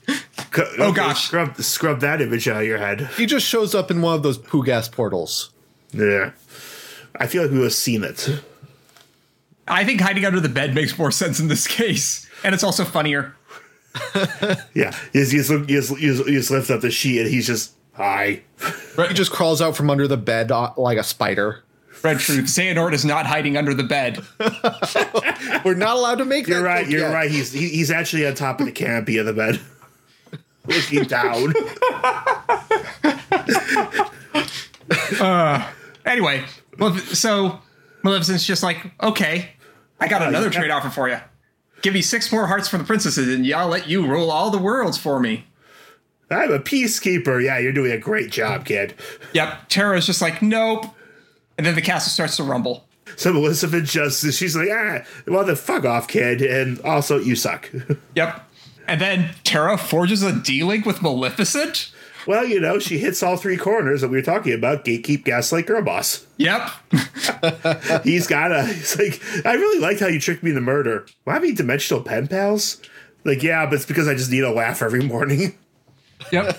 Speaker 2: okay,
Speaker 1: Oh, gosh.
Speaker 2: Scrub scrub that image out of your head.
Speaker 4: he just shows up in one of those poo gas portals.
Speaker 2: Yeah, I feel like we would have seen it.
Speaker 1: I think hiding under the bed makes more sense in this case, and it's also funnier.
Speaker 2: Yeah, you just, you just, look- you just, you just- you just lift up the sheet and he's just hi.
Speaker 4: He just crawls out from under the bed uh, like a spider.
Speaker 1: Red truth. Xehanort is not hiding under the bed.
Speaker 4: We're not allowed to make
Speaker 2: You're
Speaker 4: that
Speaker 2: right.
Speaker 4: joke
Speaker 2: You're
Speaker 4: yet.
Speaker 2: right. He's he, he's actually on top of the canopy of the bed, looking down.
Speaker 1: Anyway, Malef- so Maleficent's just like, okay, I got another trade offer for you. Give me six more hearts for the princesses, and I'll let you rule all the worlds for me.
Speaker 2: I'm a peacekeeper. Yeah, you're doing a great job, kid.
Speaker 1: Yep. Tara's just like, nope. And then the castle starts to rumble.
Speaker 2: Some Elizabeth Justice, she's like, ah, well, then fuck off, kid. And also, you suck.
Speaker 1: Yep. And then Tara forges a D link with Maleficent.
Speaker 2: well, you know, she hits all three corners that we were talking about gatekeep, gaslight, girl boss.
Speaker 1: Yep.
Speaker 2: He's got a, he's like, I really liked how you tricked me into murder. Why be dimensional pen pals? Like, yeah, but it's because I just need a laugh every morning.
Speaker 1: Yep.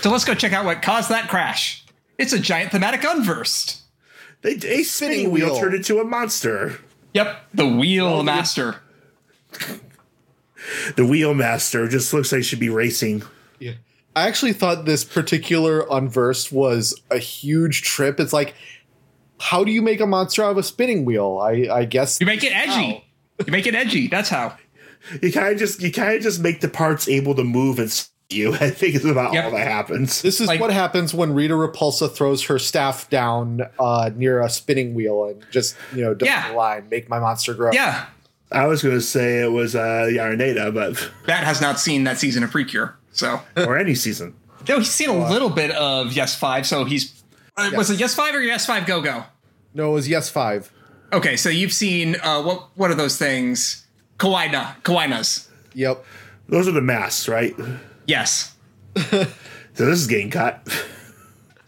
Speaker 1: so let's go check out what caused that crash. It's a giant thematic unversed.
Speaker 2: They, a spinning
Speaker 3: Spinning
Speaker 2: wheel,
Speaker 3: wheel.
Speaker 2: turned into a monster.
Speaker 1: Yep. The Wheel Master.
Speaker 2: The wheel master just looks like should be racing.
Speaker 3: Yeah. I actually thought this particular unversed was a huge trip. It's like, how do you make a monster out of a spinning wheel? I, I guess
Speaker 1: You make it edgy. You make it edgy. That's how.
Speaker 2: You kind of just, you kind of just make the parts able to move and s- you. I think is about
Speaker 1: Yep.
Speaker 2: all that happens.
Speaker 3: This is
Speaker 1: Like-
Speaker 3: what happens when Rita Repulsa throws her staff down uh, near a spinning wheel and just, you know, does
Speaker 1: Yeah.
Speaker 3: the line, make my monster grow.
Speaker 1: Yeah.
Speaker 2: I was going to say it was uh, Yarnada, but
Speaker 1: Matt has not seen that season of Precure. So,
Speaker 2: or any season.
Speaker 1: no, he's seen a little bit of Yes 5. So he's. Uh, Was it Yes 5 or Yes 5 Go Go?
Speaker 3: No, it was yes five.
Speaker 1: Okay. So you've seen. Uh, what What are those things? Kawaina. Kawainas.
Speaker 3: Yep.
Speaker 2: Those are the masks, right?
Speaker 1: Yes.
Speaker 2: So this is getting cut.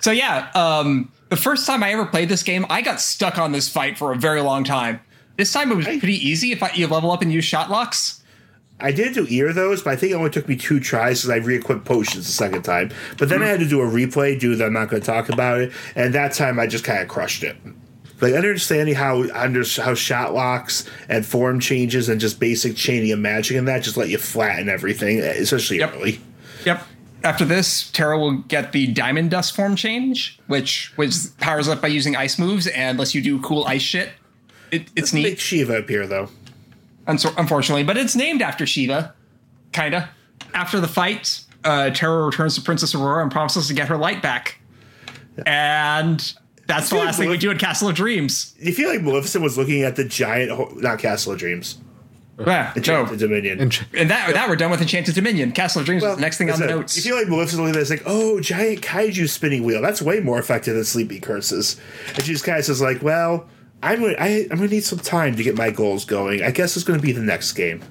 Speaker 1: So yeah, um, the first time I ever played this game, I got stuck on this fight for a very long time. This time it was pretty easy if I, you level up and use shot locks.
Speaker 2: I did do ear those, but I think it only took me two tries because I re-equipped potions the second time. But then I had to do a replay due that I'm not going to talk about it, and that time I just kind of crushed it. Like understanding how under how shot locks and form changes and just basic chaining of magic and that just let you flatten everything, especially
Speaker 1: Yep.
Speaker 2: early.
Speaker 1: Yep. After this, Terra will get the diamond dust form change, which was powers up by using ice moves, and lets you do cool ice shit. It, it's
Speaker 2: Make
Speaker 1: neat,
Speaker 2: Shiva appear though.
Speaker 1: unso- unfortunately, but it's named after Shiva, kinda. After the fight, uh, Terra returns to Princess Aurora and promises to get her light back, and that's the
Speaker 2: feel
Speaker 1: last thing we
Speaker 2: like-
Speaker 1: do in Castle of Dreams.
Speaker 2: You feel like Maleficent was looking at the giant, ho- not Castle of Dreams,
Speaker 1: Yeah, Joe.
Speaker 2: the Dominion.
Speaker 1: And that that we're done with Enchanted Dominion. Castle of Dreams is the next thing on the
Speaker 2: listen,
Speaker 1: notes.
Speaker 2: You feel like Maleficent looking at this like, oh, giant kaiju spinning wheel. That's way more effective than sleepy curses. And she just kind of says like, well, I'm gonna, I, I'm gonna need some time to get my goals going. I guess it's gonna be the next game.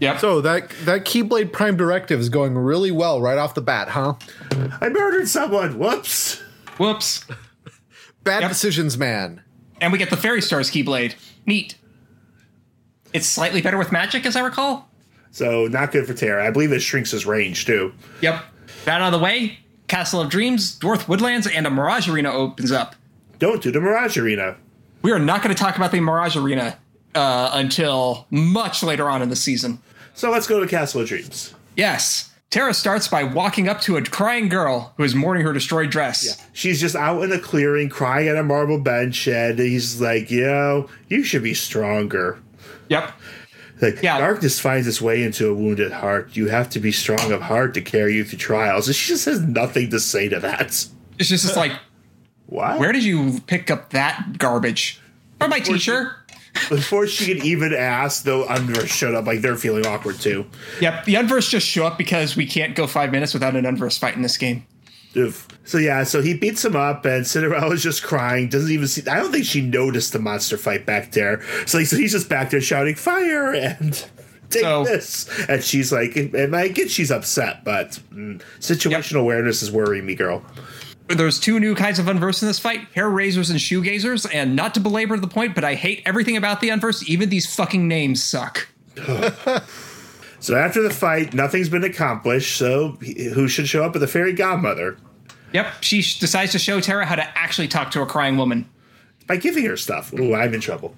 Speaker 1: yep.
Speaker 4: So oh, that that Keyblade Prime Directive is going really well right off the bat, huh?
Speaker 2: I murdered someone. Whoops.
Speaker 1: Whoops.
Speaker 4: Bad
Speaker 1: Yep.
Speaker 4: decisions, man.
Speaker 1: And we get the Fairy Stars Keyblade. Neat. It's slightly better with magic, as I recall.
Speaker 2: So not good for Terra. I believe it shrinks his range too.
Speaker 1: Yep. That out of the way, Castle of Dreams, Dwarf Woodlands, and a Mirage Arena opens up.
Speaker 2: Don't do the Mirage Arena.
Speaker 1: We are not going to talk about the Mirage Arena uh, until much later on in the season.
Speaker 2: So let's go to Castle of Dreams.
Speaker 1: Yes. Tara starts by walking up to a crying girl who is mourning her destroyed dress.
Speaker 2: She's just out in the clearing, crying at a marble bench, and he's like, you know, you should be stronger.
Speaker 1: Yep.
Speaker 2: Like,
Speaker 1: Yeah.
Speaker 2: Darkness finds its way into a wounded heart. You have to be strong of heart to carry you through trials. And she just has nothing to say to that.
Speaker 1: It's just it's like,
Speaker 2: What?
Speaker 1: where did you pick up that garbage? From my teacher.
Speaker 2: Before she could even ask, though, Unver showed up. Like, they're feeling awkward too.
Speaker 1: Yep, the Unverse just show up because we can't go five minutes without an Unverse fight in this game.
Speaker 2: Oof. So, yeah, so he beats him up, and Cinderella's just crying. Doesn't even see. I don't think she noticed the monster fight back there. So, like, so he's just back there shouting, Fire! And. Take
Speaker 1: So-
Speaker 2: this, and she's like, and I get she's upset, but mm, situational awareness is worrying me, girl.
Speaker 1: There's two new kinds of Unverse in this fight hair raisers and shoe gazers. And not to belabor the point, but I hate everything about the Unverse. Even these fucking names suck.
Speaker 2: So after the fight, nothing's been accomplished. So he- who should show up but the fairy godmother
Speaker 1: Yep, she sh- decides to show Tara how to actually talk to a crying woman.
Speaker 2: by giving her stuff? Ooh, I'm in trouble.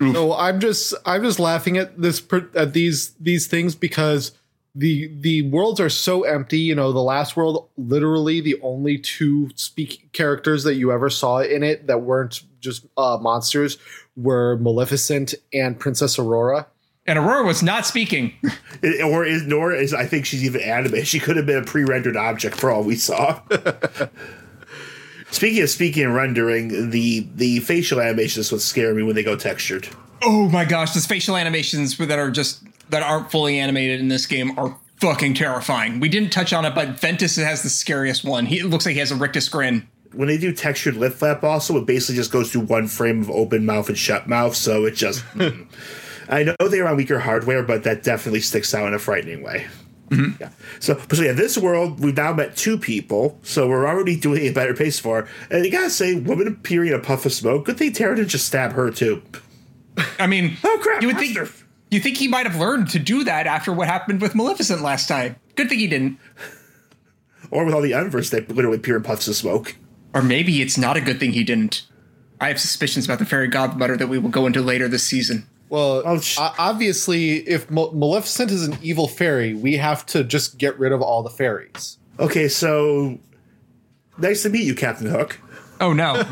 Speaker 4: So I'm just I'm just laughing at this per- at these these things because the the worlds are so empty. You know, the last world literally the only two speak characters that you ever saw in it that weren't just uh, monsters were Maleficent and Princess Aurora.
Speaker 1: And Aurora was not speaking.
Speaker 2: It- or is nor is I think she's even animated. She could have been a pre-rendered object for all we saw. speaking of speaking and rendering, the the facial animations is what scare me when they go textured.
Speaker 1: Oh my gosh, the facial animations that are just that aren't fully animated in this game are fucking terrifying. We didn't touch on it, but Ventus has the scariest one. He it looks like he has a rictus grin.
Speaker 2: When they do textured lip flap, also, it basically just goes through one frame of open mouth and shut mouth. So it just. mm. I know they're on weaker hardware, but that definitely sticks out in a frightening way. Yeah. So, so yeah, this world we've now met two people, so we're already doing a better pace for. her. And you gotta say, woman appearing in a puff of smoke. Good thing Tara didn't just stab her too.
Speaker 1: I mean,
Speaker 2: Oh, crap,
Speaker 1: You would think
Speaker 2: monster.
Speaker 1: you think he might have learned to do that after what happened with Maleficent last time. Good thing he didn't.
Speaker 2: Or with all the Unverse that literally appear in puffs of smoke.
Speaker 1: Or maybe it's not a good thing he didn't. I have suspicions about the fairy godmother that we will go into later this season.
Speaker 4: Well,
Speaker 2: Oh, sh-
Speaker 4: o- obviously, if Mal- Maleficent is an evil fairy, we have to just get rid of all the fairies.
Speaker 2: Okay, so nice to meet you, Captain Hook.
Speaker 1: Oh no.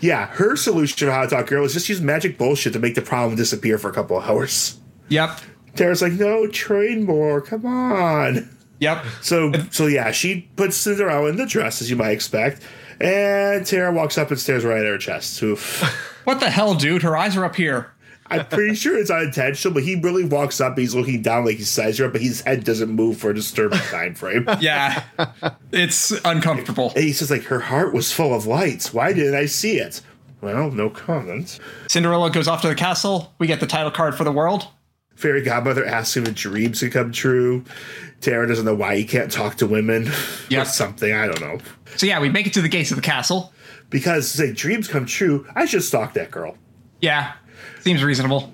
Speaker 2: Yeah, her solution to how to talk girl is just use magic bullshit to make the problem disappear for a couple hours.
Speaker 1: yep.
Speaker 2: Tara's like, no, train more, come on.
Speaker 1: Yep.
Speaker 2: So so yeah, she puts Cinderella in the dress as you might expect, and Tara walks up and stares right at her chest. Who
Speaker 1: What the hell, dude? Her eyes are up here.
Speaker 2: I'm pretty sure it's unintentional, but he really walks up. He's looking down like he sizes her up, but his head doesn't move for a disturbing time frame. And
Speaker 1: Yeah. it's uncomfortable.
Speaker 2: he says like her heart was full of lights. Why didn't I see it? Well, no comment.
Speaker 1: Cinderella goes off to the castle. We get the title card for the world.
Speaker 2: Fairy Godmother asks him if dreams can come true. Tara doesn't know why he can't talk to women.
Speaker 1: Yeah.
Speaker 2: or something I don't know.
Speaker 1: So yeah, we make it to the gates of the castle.
Speaker 2: Because say dreams come true, I should stalk that girl.
Speaker 1: Yeah. Seems reasonable.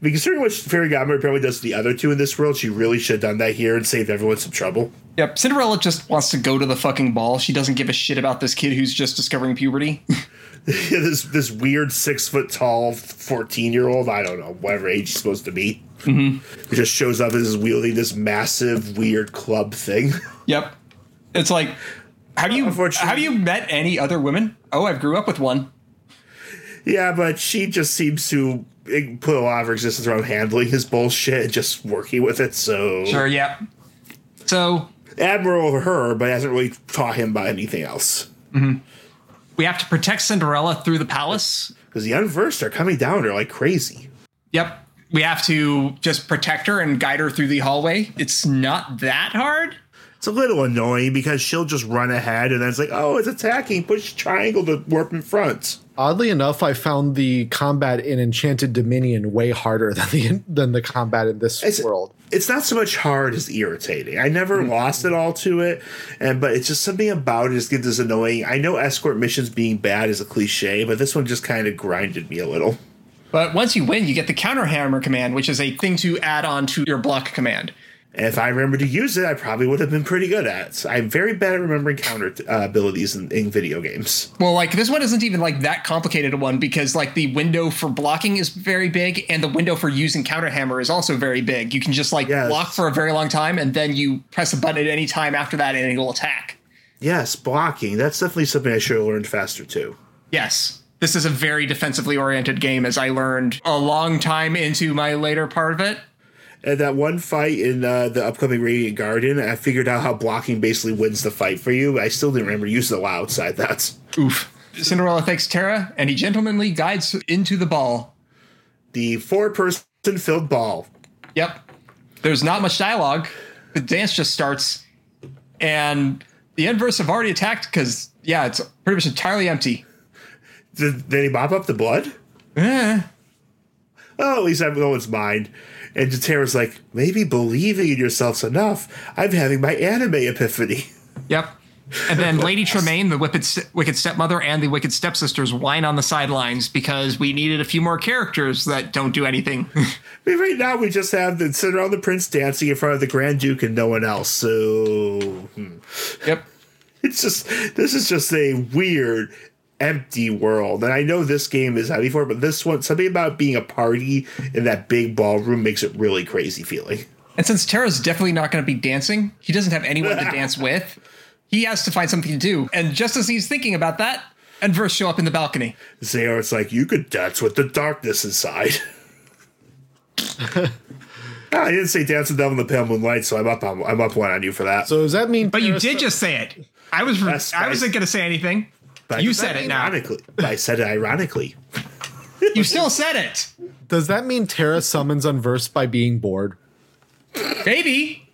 Speaker 2: But considering what Fairy Godmother apparently does to the other two in this world, she really should have done that here and saved everyone some trouble.
Speaker 1: Yep. Cinderella just wants to go to the fucking ball. She doesn't give a shit about this kid who's just discovering puberty.
Speaker 2: Yeah, this this weird six foot tall fourteen year old, I don't know, whatever age he's supposed to be, who just shows up and is wielding this massive weird club thing.
Speaker 1: yep. It's like have you
Speaker 2: Unfortunately-
Speaker 1: have you met any other women? Oh, I've grew up with one.
Speaker 2: yeah, but she just seems to eh, put a lot of her existence around handling his bullshit and just working with it. So
Speaker 1: Sure, yep. So
Speaker 2: admirable of her, but hasn't really taught him about anything else.
Speaker 1: we have to protect Cinderella through the palace.
Speaker 2: Because the unversed are coming down her like crazy.
Speaker 1: Yep. We have to just protect her and guide her through the hallway. It's not that hard.
Speaker 2: It's a little annoying because she'll just run ahead and then it's like, oh, it's attacking. Push triangle to warp in front.
Speaker 4: Oddly enough, I found the combat in Enchanted Dominion way harder than the than the combat in this
Speaker 2: It's-
Speaker 4: world.
Speaker 2: It's not so much hard as irritating. I never lost it all to it, and but it's just something about it just gets this annoying. I know escort missions being bad is a cliche, but this one just kind of grinded me a little.
Speaker 1: But once you win, you get the counter hammer command, which is a thing to add on to your block command.
Speaker 2: And if I remembered to use it, I probably would have been pretty good at. it. I'm very bad at remembering counter uh, abilities in, in video games.
Speaker 1: Well, like this one isn't even like that complicated a one because like the window for blocking is very big and the window for using counter hammer is also very big. You can just like
Speaker 2: Yes.
Speaker 1: block for a very long time and then you press a button at any time after that and it'll attack.
Speaker 2: Yes, blocking. That's definitely something I should have learned faster too.
Speaker 1: Yes. This is a very defensively oriented game as I learned a long time into my later part of it.
Speaker 2: And that one fight in uh, the upcoming Radiant Garden, I figured out how blocking basically wins the fight for you. I still didn't remember using it while outside that.
Speaker 1: Oof. Cinderella thanks Tara, and he gentlemanly guides into the ball.
Speaker 2: The four person filled ball.
Speaker 1: Yep. There's not much dialogue. The dance just starts, and the inverse have already attacked because, yeah, it's pretty much entirely empty.
Speaker 2: Did, did he mop up the blood?
Speaker 1: Eh.
Speaker 2: Oh, at least I know it's mine. And Tara's like, maybe believing in yourself's enough. I'm having my anime epiphany.
Speaker 1: Yep. And then Lady Tremaine, the wicked, st- wicked stepmother, and the wicked stepsisters whine on the sidelines because we needed a few more characters that don't do anything.
Speaker 2: I mean, right now we just have the Cinderella and the Prince dancing in front of the Grand Duke and no one else. So hmm.
Speaker 1: yep.
Speaker 2: it's just this is just a weird empty world and i know this game is heavy for it but this one something about being a party in that big ballroom makes it really crazy feeling
Speaker 1: And since Tara's definitely not going to be dancing, he doesn't have anyone to dance with. He has to find something to do. And just as he's thinking about that, and Verse show up in the balcony.
Speaker 2: Zayor, it's like you could dance with the darkness inside Ah, i didn't say dance with devil in the pale moonlight so i'm up on i'm up one on you for that
Speaker 4: So does that mean?
Speaker 1: But you did just say it. I was
Speaker 2: That's
Speaker 1: I wasn't going to say anything.
Speaker 2: But I
Speaker 1: you
Speaker 2: said
Speaker 1: said
Speaker 2: it
Speaker 1: it now.
Speaker 2: ironically i said it ironically
Speaker 1: You still said it.
Speaker 4: Does that mean Terra summons Unverse by being bored?
Speaker 1: Maybe.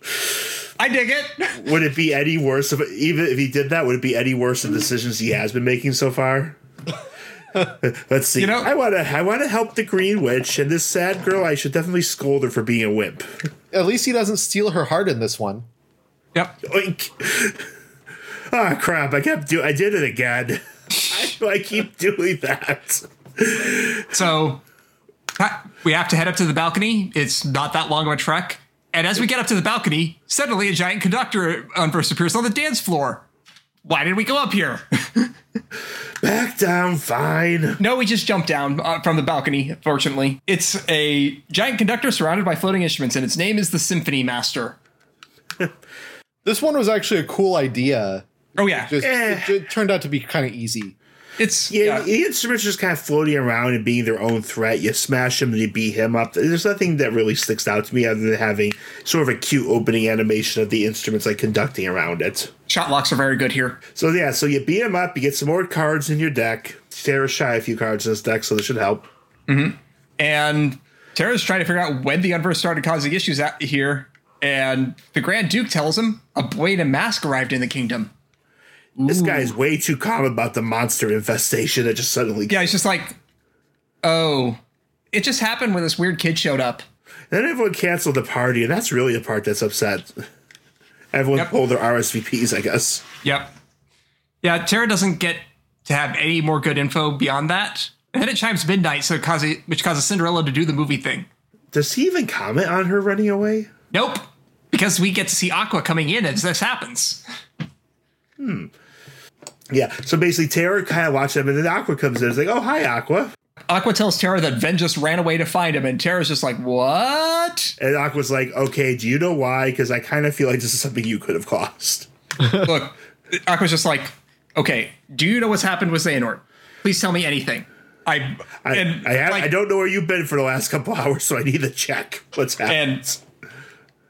Speaker 1: I dig it.
Speaker 2: Would it be any worse if even if he did that? Would it be any worse than decisions he has been making so far? Let's see.
Speaker 1: You know-
Speaker 2: I want to. I want to help the Green Witch and this sad girl. I should definitely scold her for being a wimp.
Speaker 3: At least he doesn't steal her heart in this one.
Speaker 1: Yep.
Speaker 2: Oink. Ah, crap! I kept do. I did it again. Why do I keep doing that?
Speaker 1: So ha- we have to head up to the balcony. It's not that long of a trek. And as we get up to the balcony, suddenly a giant conductor unverse appears on the dance floor. Why did we go up here?
Speaker 2: Back down. Fine.
Speaker 1: No, we just jumped down uh, from the balcony, fortunately. It's a giant conductor surrounded by floating instruments, and its name is the Symphony Master.
Speaker 3: This one was actually a cool idea.
Speaker 1: Oh, yeah.
Speaker 3: Just
Speaker 2: Eh.
Speaker 3: it, it turned out to be kind of easy.
Speaker 1: It's.
Speaker 2: Yeah,
Speaker 1: Yeah.
Speaker 2: the instruments just kind of floating around and being their own threat. You smash them and you beat him up. There's nothing that really sticks out to me other than having sort of a cute opening animation of the instruments like conducting around it.
Speaker 1: Shot locks are very good here.
Speaker 2: So yeah, so you beat him up, you get some more cards in your deck. Sarah's shy a few cards in this deck, so this should help.
Speaker 1: And Tara's trying to figure out when the Unverse started causing issues out here. And the Grand Duke tells him a boy in a mask arrived in the kingdom.
Speaker 2: This guy's way too calm about the monster infestation that just suddenly.
Speaker 1: Yeah, he's just like, oh, it just happened when this weird kid showed up.
Speaker 2: Then everyone canceled the party, and that's really the part that's upset. Everyone
Speaker 1: Yep.
Speaker 2: pulled their RSVPs, I guess.
Speaker 1: Yep. Yeah, Terra doesn't get to have any more good info beyond that. And then it chimes midnight, so it causes, which causes Cinderella to do the movie thing.
Speaker 2: Does he even comment on her running away?
Speaker 1: Nope, because we get to see Aqua coming in as this happens.
Speaker 2: Yeah. So basically, Tara kind of watches him, and then Aqua comes in. It's like, oh, hi, Aqua.
Speaker 1: Aqua tells Terra that Ven just ran away to find him, and Terra's just like, "What?
Speaker 2: And Aqua's like, okay, do you know why? Because I kind of feel like this is something you could have caused.
Speaker 1: Look." Aqua's just like, "Okay, do you know what's happened with Xehanort? Please tell me anything." I,
Speaker 2: I,
Speaker 1: and
Speaker 2: I, have,
Speaker 1: like-
Speaker 2: I don't know where you've been for the last couple hours, so I need to check what's happening.
Speaker 1: and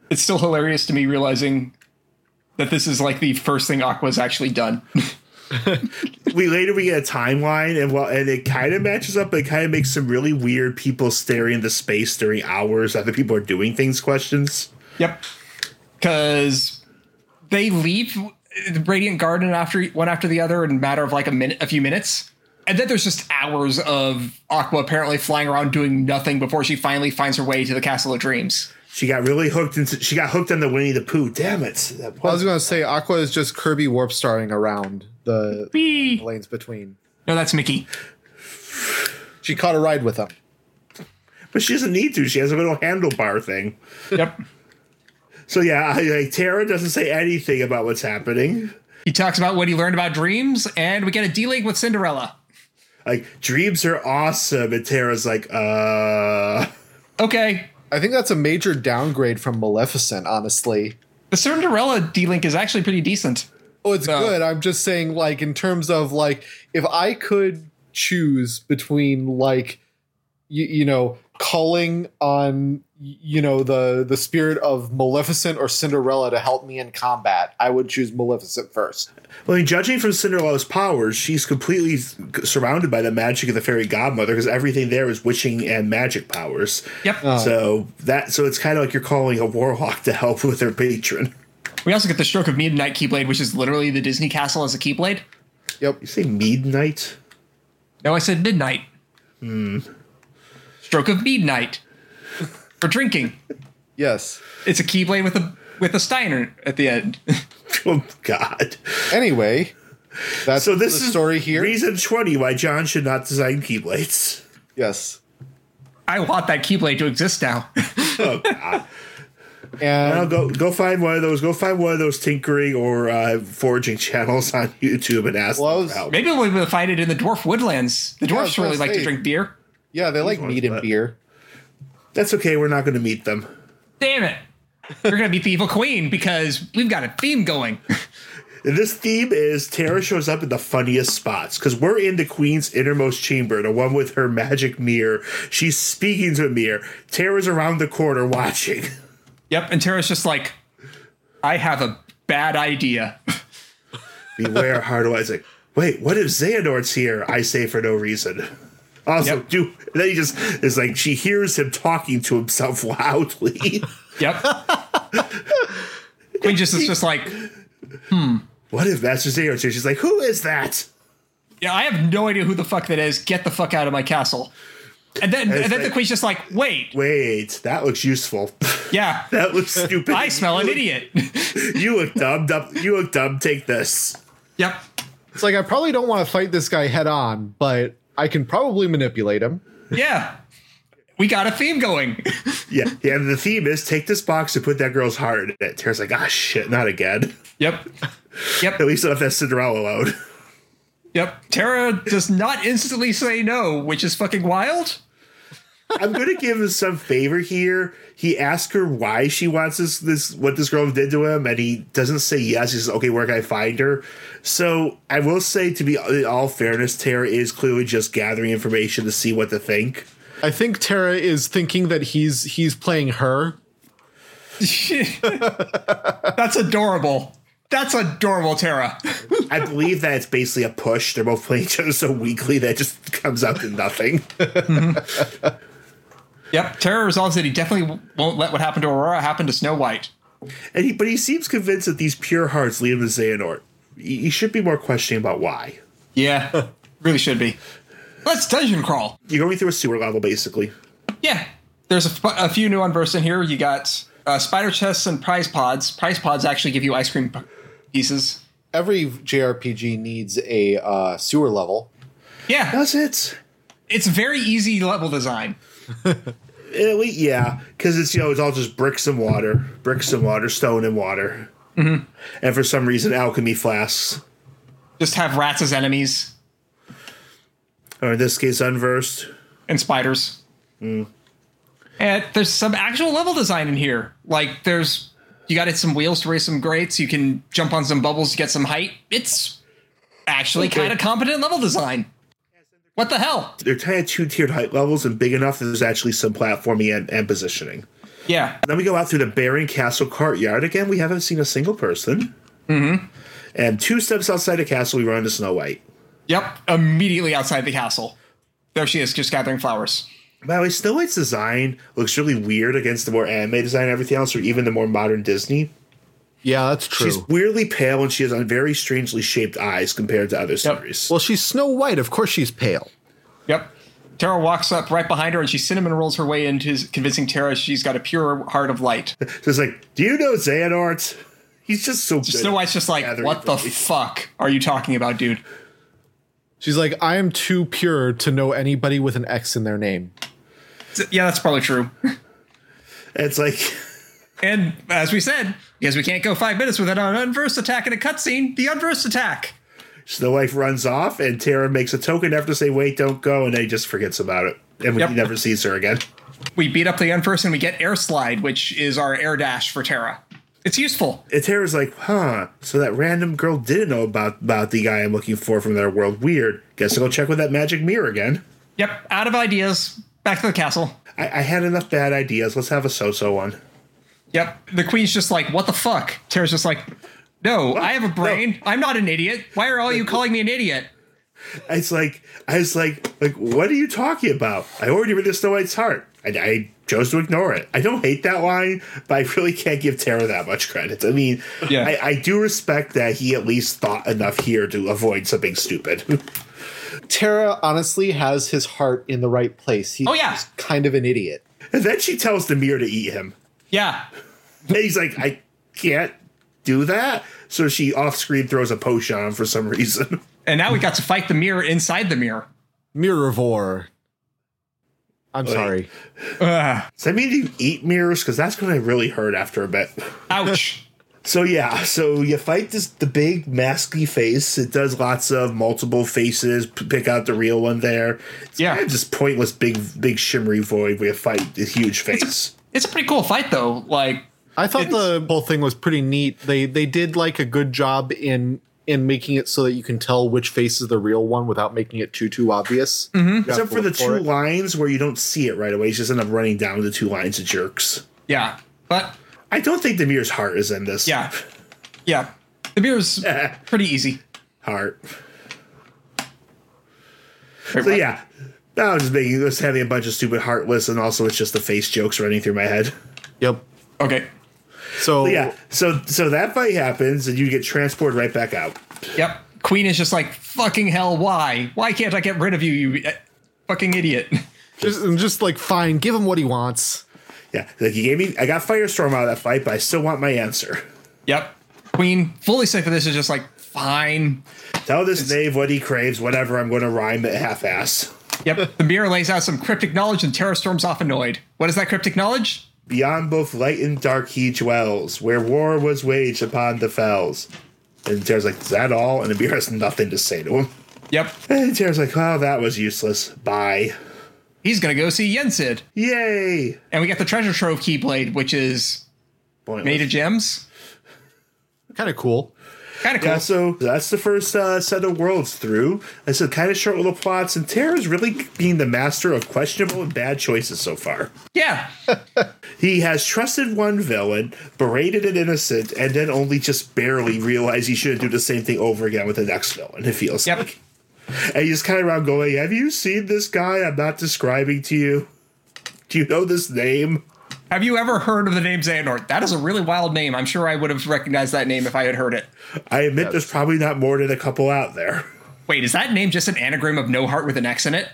Speaker 1: it's still hilarious to me realizing that this is like the first thing Aqua's actually done.
Speaker 2: we later we get a timeline, and well, and it kind of matches up, but it kind of makes some really weird people staring into space during hours. Other people are doing things. Questions.
Speaker 1: Yep. Because they leave the Radiant Garden after one after the other in a matter of like a minute, a few minutes. And then there's just hours of Aqua apparently flying around doing nothing before she finally finds her way to the Castle of Dreams.
Speaker 2: She got really hooked into. She got hooked on the Winnie the Pooh. Damn it! That
Speaker 3: I was
Speaker 2: was-
Speaker 3: going to say Aqua is just Kirby warp starring around the
Speaker 1: Whee!
Speaker 3: lanes between.
Speaker 1: No, that's Mickey.
Speaker 3: She caught a ride with him.
Speaker 2: but she doesn't need to. She has a little handlebar thing.
Speaker 1: Yep.
Speaker 2: So yeah, I, like Tara doesn't say anything about what's happening.
Speaker 1: He talks about what he learned about dreams, and we get a D League with Cinderella.
Speaker 2: Like dreams are awesome, and Tara's like, uh,
Speaker 1: Okay,
Speaker 3: I think that's a major downgrade from Maleficent, honestly.
Speaker 1: The Cinderella D Link is actually pretty decent.
Speaker 3: Oh, it's
Speaker 1: No.
Speaker 3: good. I'm just saying, like, in terms of like, if I could choose between like, you, you know, calling on y- you know the the spirit of Maleficent or Cinderella to help me in combat, I would choose Maleficent first.
Speaker 2: well, I mean, judging from Cinderella's powers, she's completely surrounded by the magic of the fairy godmother because everything there is witching and magic powers.
Speaker 1: Yep.
Speaker 3: Oh.
Speaker 2: So that so it's kind of like you're calling a warlock to help with her patron.
Speaker 1: we also get the stroke of Midnight Keyblade, which is literally the Disney castle as a Keyblade.
Speaker 3: Yep.
Speaker 2: You say midnight?
Speaker 1: No, I said midnight.
Speaker 3: Hmm.
Speaker 1: Stroke of midnight for drinking.
Speaker 3: Yes.
Speaker 1: It's a Keyblade with a with a Steiner at the end.
Speaker 2: Oh God!
Speaker 3: Anyway, that's
Speaker 2: So this
Speaker 3: the
Speaker 2: is
Speaker 3: story here.
Speaker 2: Reason twenty why John should not design keyblades.
Speaker 3: yes.
Speaker 1: I want that Keyblade to exist now.
Speaker 2: Oh God! Now
Speaker 3: And
Speaker 2: go go find one of those. Go find one of those tinkering or uh, foraging channels on YouTube and ask
Speaker 3: Well, I
Speaker 2: them
Speaker 3: was-
Speaker 2: for help.
Speaker 1: Maybe we'll find it in the dwarf woodlands. The
Speaker 3: I
Speaker 1: dwarfs
Speaker 3: was gonna
Speaker 1: really like to
Speaker 3: say-
Speaker 1: drink beer.
Speaker 3: yeah, they like
Speaker 2: ones,
Speaker 3: meat and
Speaker 2: but-
Speaker 3: beer.
Speaker 2: That's okay. We're not going to meet them.
Speaker 1: Damn it. We're gonna beat the evil queen because we've got a theme going.
Speaker 2: And this theme is Tara shows up in the funniest spots because we're in the queen's innermost chamber, the one with her magic mirror. She's speaking to a mirror. Tara's around the corner watching.
Speaker 1: Yep, and Tara's just like, I have a bad idea.
Speaker 2: Beware, Hardwire's like, wait, what if Xehanort's here? I say for no reason. Also,
Speaker 1: Yep.
Speaker 2: do then he just is like she hears him talking to himself loudly.
Speaker 1: Yep. Queen just is just like,
Speaker 2: what if that's just her? She's like, who is that?
Speaker 1: yeah, I have no idea who the fuck that is. Get the fuck out of my castle. And then, and
Speaker 2: it's
Speaker 1: then the
Speaker 2: like-
Speaker 1: queen's just like, wait,
Speaker 2: Wait, that looks useful.
Speaker 1: yeah,
Speaker 2: that looks stupid.
Speaker 1: I smell an idiot.
Speaker 2: You look dumb. dumb you look dumb. Take this.
Speaker 1: yep.
Speaker 4: It's like I probably don't want to fight this guy head on, but I can probably manipulate him.
Speaker 1: Yeah. We got a theme going.
Speaker 2: Yeah, yeah. The theme is take this box and put that girl's heart in it. Tara's like, ah, shit, not again.
Speaker 1: Yep. Yep.
Speaker 2: At least not if that's Cinderella load.
Speaker 1: Yep. Tara does not instantly say no, which is fucking wild.
Speaker 2: I'm gonna give him some favor here. He asks her why she wants this, this what this girl did to him, and he doesn't say yes. He says, "Okay, where can I find her?" So I will say, to be in all fairness, Tara is clearly just gathering information to see what to think.
Speaker 4: I think Tara is thinking that he's he's playing her.
Speaker 1: That's adorable. That's adorable, Tara.
Speaker 2: I believe that it's basically a push. They're both playing each other so weakly that it just comes out to nothing.
Speaker 1: Yep. Tara resolves that he definitely won't let what happened to Aurora happen to Snow White.
Speaker 2: And he, but he seems convinced that these pure hearts lead him to Xehanort. He, he should be more questioning about why.
Speaker 1: Yeah. really should be. Let's dungeon crawl.
Speaker 2: You're going through a sewer level, basically.
Speaker 1: Yeah. There's a, f- a few new unversed in here. You got uh, spider chests and prize pods. Prize pods actually give you ice cream p- pieces.
Speaker 3: Every JRPG needs a uh, sewer level.
Speaker 1: Yeah.
Speaker 2: Does it?
Speaker 1: It's very easy level design.
Speaker 2: Eh, we- yeah, because it's you know it's all just bricks and water, bricks and water, stone and water, mm-hmm. and for some reason alchemy flasks,
Speaker 1: Just have rats as enemies
Speaker 2: or in this case unversed.
Speaker 1: and spiders. And there's some actual level design in here. Like there's you got to hit some wheels to raise some grates. You can jump on some bubbles to get some height. It's actually kind of competent level design. What the hell?
Speaker 2: They're kind of two tiered height levels and big enough that there's actually some platforming and, and positioning.
Speaker 1: Yeah.
Speaker 2: Then we go out through the Baron Castle courtyard again. We haven't seen a single person. Mm-hmm. And two steps outside the castle, we run into Snow White.
Speaker 1: Yep. Immediately outside the castle. There she is, just gathering flowers.
Speaker 2: By the way, Snow White's design looks really weird against the more anime design and everything else, or even the more modern Disney.
Speaker 4: Yeah, that's true.
Speaker 2: She's weirdly pale and she has on very strangely shaped eyes compared to other series.
Speaker 4: well, she's Snow White. Of course, she's pale.
Speaker 1: Yep. Tara walks up right behind her and she cinnamon rolls her way into his- convincing Tara she's got a pure heart of light.
Speaker 2: So it's like, do you know Xehanort? He's just so good.
Speaker 1: Snow White's just like,
Speaker 2: gathering
Speaker 1: what the
Speaker 2: information."
Speaker 1: fuck are you talking about, dude?
Speaker 4: She's like, I am too pure to know anybody with an X in their name.
Speaker 1: Yeah, that's probably true.
Speaker 2: It's like,
Speaker 1: And as we said, because we can't go five minutes without an unversed attack in a cutscene, the unversed attack.
Speaker 2: Snow White runs off and Tara makes a token after to say, wait, don't go. And then he just forgets about it. And we
Speaker 1: Yep.
Speaker 2: he never sees her again.
Speaker 1: We beat up the unversed and we get air slide, which is our air dash for Terra. It's useful.
Speaker 2: And Tara's like, huh, so that random girl didn't know about, about the guy I'm looking for from their world. Weird. Guess I'll go check with that magic mirror again.
Speaker 1: Yep. Out of ideas. Back to the castle.
Speaker 2: I, I had enough bad ideas. Let's have a so so one.
Speaker 1: Yep. The queen's just like, what the fuck? Terra's just like, no, I have a brain. I'm not an idiot. Why are all you calling me an idiot?
Speaker 2: It's like I was like, like, what are you talking about? I already read the Snow White's heart. I, I chose to ignore it. I don't hate that line, but I really can't give Tara that much credit. I mean,
Speaker 1: Yeah.
Speaker 2: I, I do respect that he at least thought enough here to avoid something stupid.
Speaker 3: Tara honestly has his heart in the right place. He's
Speaker 1: Oh, yeah.
Speaker 3: kind of an idiot.
Speaker 2: and then she tells the mirror to eat him.
Speaker 1: Yeah.
Speaker 2: And he's like, I can't do that. So she off screen throws a potion on him for some reason.
Speaker 1: And now we got to fight the mirror inside the mirror.
Speaker 4: Mirrorvor. I'm sorry.
Speaker 2: Does that mean you eat mirrors? Because that's going to really hurt after a bit.
Speaker 1: Ouch.
Speaker 2: So yeah, so you fight this the big masky face. It does lots of multiple faces. P- pick out the real one there. It's
Speaker 1: Yeah.
Speaker 2: kind of just pointless big big shimmery void where you fight the huge face.
Speaker 1: it's a pretty cool fight, though. Like,
Speaker 4: I thought the whole thing was pretty neat. They they did like a good job in in making it so that you can tell which face is the real one without making it too too obvious.
Speaker 2: Mm-hmm. Except for the
Speaker 4: look for
Speaker 2: two
Speaker 4: it.
Speaker 2: lines where you don't see it right away. You just end up running down the two lines of jerks.
Speaker 1: yeah. But
Speaker 2: I don't think the mirror's heart is in this.
Speaker 1: Yeah. Yeah. The mirror's pretty easy.
Speaker 2: heart.
Speaker 1: Wait,
Speaker 2: So
Speaker 1: what?
Speaker 2: yeah, No, I'm just making, just having a bunch of stupid heartless, and also it's just the face jokes running through my head.
Speaker 4: Yep.
Speaker 1: Okay.
Speaker 4: So
Speaker 2: But yeah, so so that fight happens, and you get transported right back out.
Speaker 1: Yep. Queen is just like fucking hell. Why? Why can't I get rid of you? You uh, fucking idiot.
Speaker 4: just and just like fine, give him what he wants.
Speaker 2: Yeah, like you gave me, I got Firestorm out of that fight, but I still want my answer.
Speaker 1: Yep. Queen, fully safe for this, is just like fine.
Speaker 2: Tell this knave what he craves, whatever. I'm going to rhyme it half-ass.
Speaker 1: Yep. the mirror lays out some cryptic knowledge, and Terra storms off annoyed. What is that cryptic knowledge?
Speaker 2: Beyond both light and dark, he dwells, where war was waged upon the fells. And Tara's like, "Is that all?" And Abir has nothing to say to him.
Speaker 1: Yep.
Speaker 2: And Tara's like, "Oh, that was useless. Bye."
Speaker 1: He's gonna go see Yensid,
Speaker 2: Yay!
Speaker 1: and we got the treasure trove keyblade, which is
Speaker 2: Pointless.
Speaker 1: made of gems.
Speaker 4: Kind of cool.
Speaker 1: Kind of cool.
Speaker 2: Yeah, so that's the first uh, set of worlds through. I said kind of short little plots, and Tara's really being the master of questionable and bad choices so far.
Speaker 1: Yeah.
Speaker 2: He has trusted one villain, berated an innocent, and then only just barely realized he shouldn't do the same thing over again with the next villain, it feels
Speaker 1: Yep.
Speaker 2: like. And he's kind of around going, Have you seen this guy I'm not describing to you? Do you know this name?
Speaker 1: Have you ever heard of the name Xehanort? That is a really wild name. I'm sure I would have recognized that name if I had heard it.
Speaker 2: I admit there's probably not more than a couple out there.
Speaker 1: Wait, is that name just an anagram of no heart with an X in it?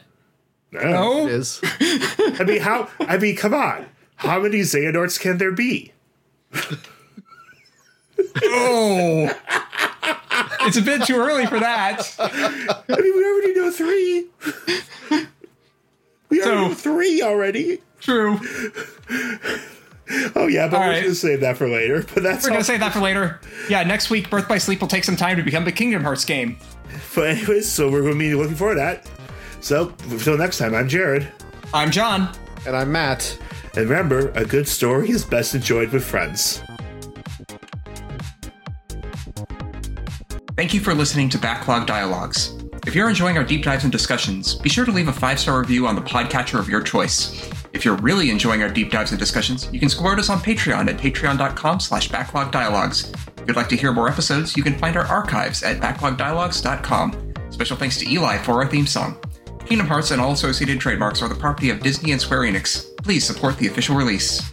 Speaker 4: It
Speaker 1: No.
Speaker 4: is.
Speaker 2: I mean, how? I mean, come on. How many Xehanorts can there be?
Speaker 1: Oh. it's a bit too early for that.
Speaker 2: I mean, we already know three. We already
Speaker 1: So-
Speaker 2: know three already.
Speaker 1: True.
Speaker 2: Oh yeah, but
Speaker 1: All
Speaker 2: we're
Speaker 1: right.
Speaker 2: gonna save that for later. But that's
Speaker 1: We're
Speaker 2: all.
Speaker 1: gonna save that for later. Yeah, next week, Birth by Sleep will take some time to become a Kingdom Hearts game.
Speaker 2: But anyways, so we're gonna be looking forward to that. So until next time, I'm Jared,
Speaker 1: I'm John.
Speaker 4: And I'm Matt.
Speaker 2: and remember, a good story is best enjoyed with friends.
Speaker 1: Thank you for listening to Backlog Dialogues. If you're enjoying our deep dives and discussions, be sure to leave a five star review on the podcatcher of your choice. If you're really enjoying our deep dives and discussions, you can support us on Patreon at patreon.com slash backlogdialogues. If you'd like to hear more episodes, you can find our archives at backlogdialogues.com. Special thanks to Eli for our theme song. Kingdom Hearts and all associated trademarks are the property of Disney and Square Enix. Please support the official release.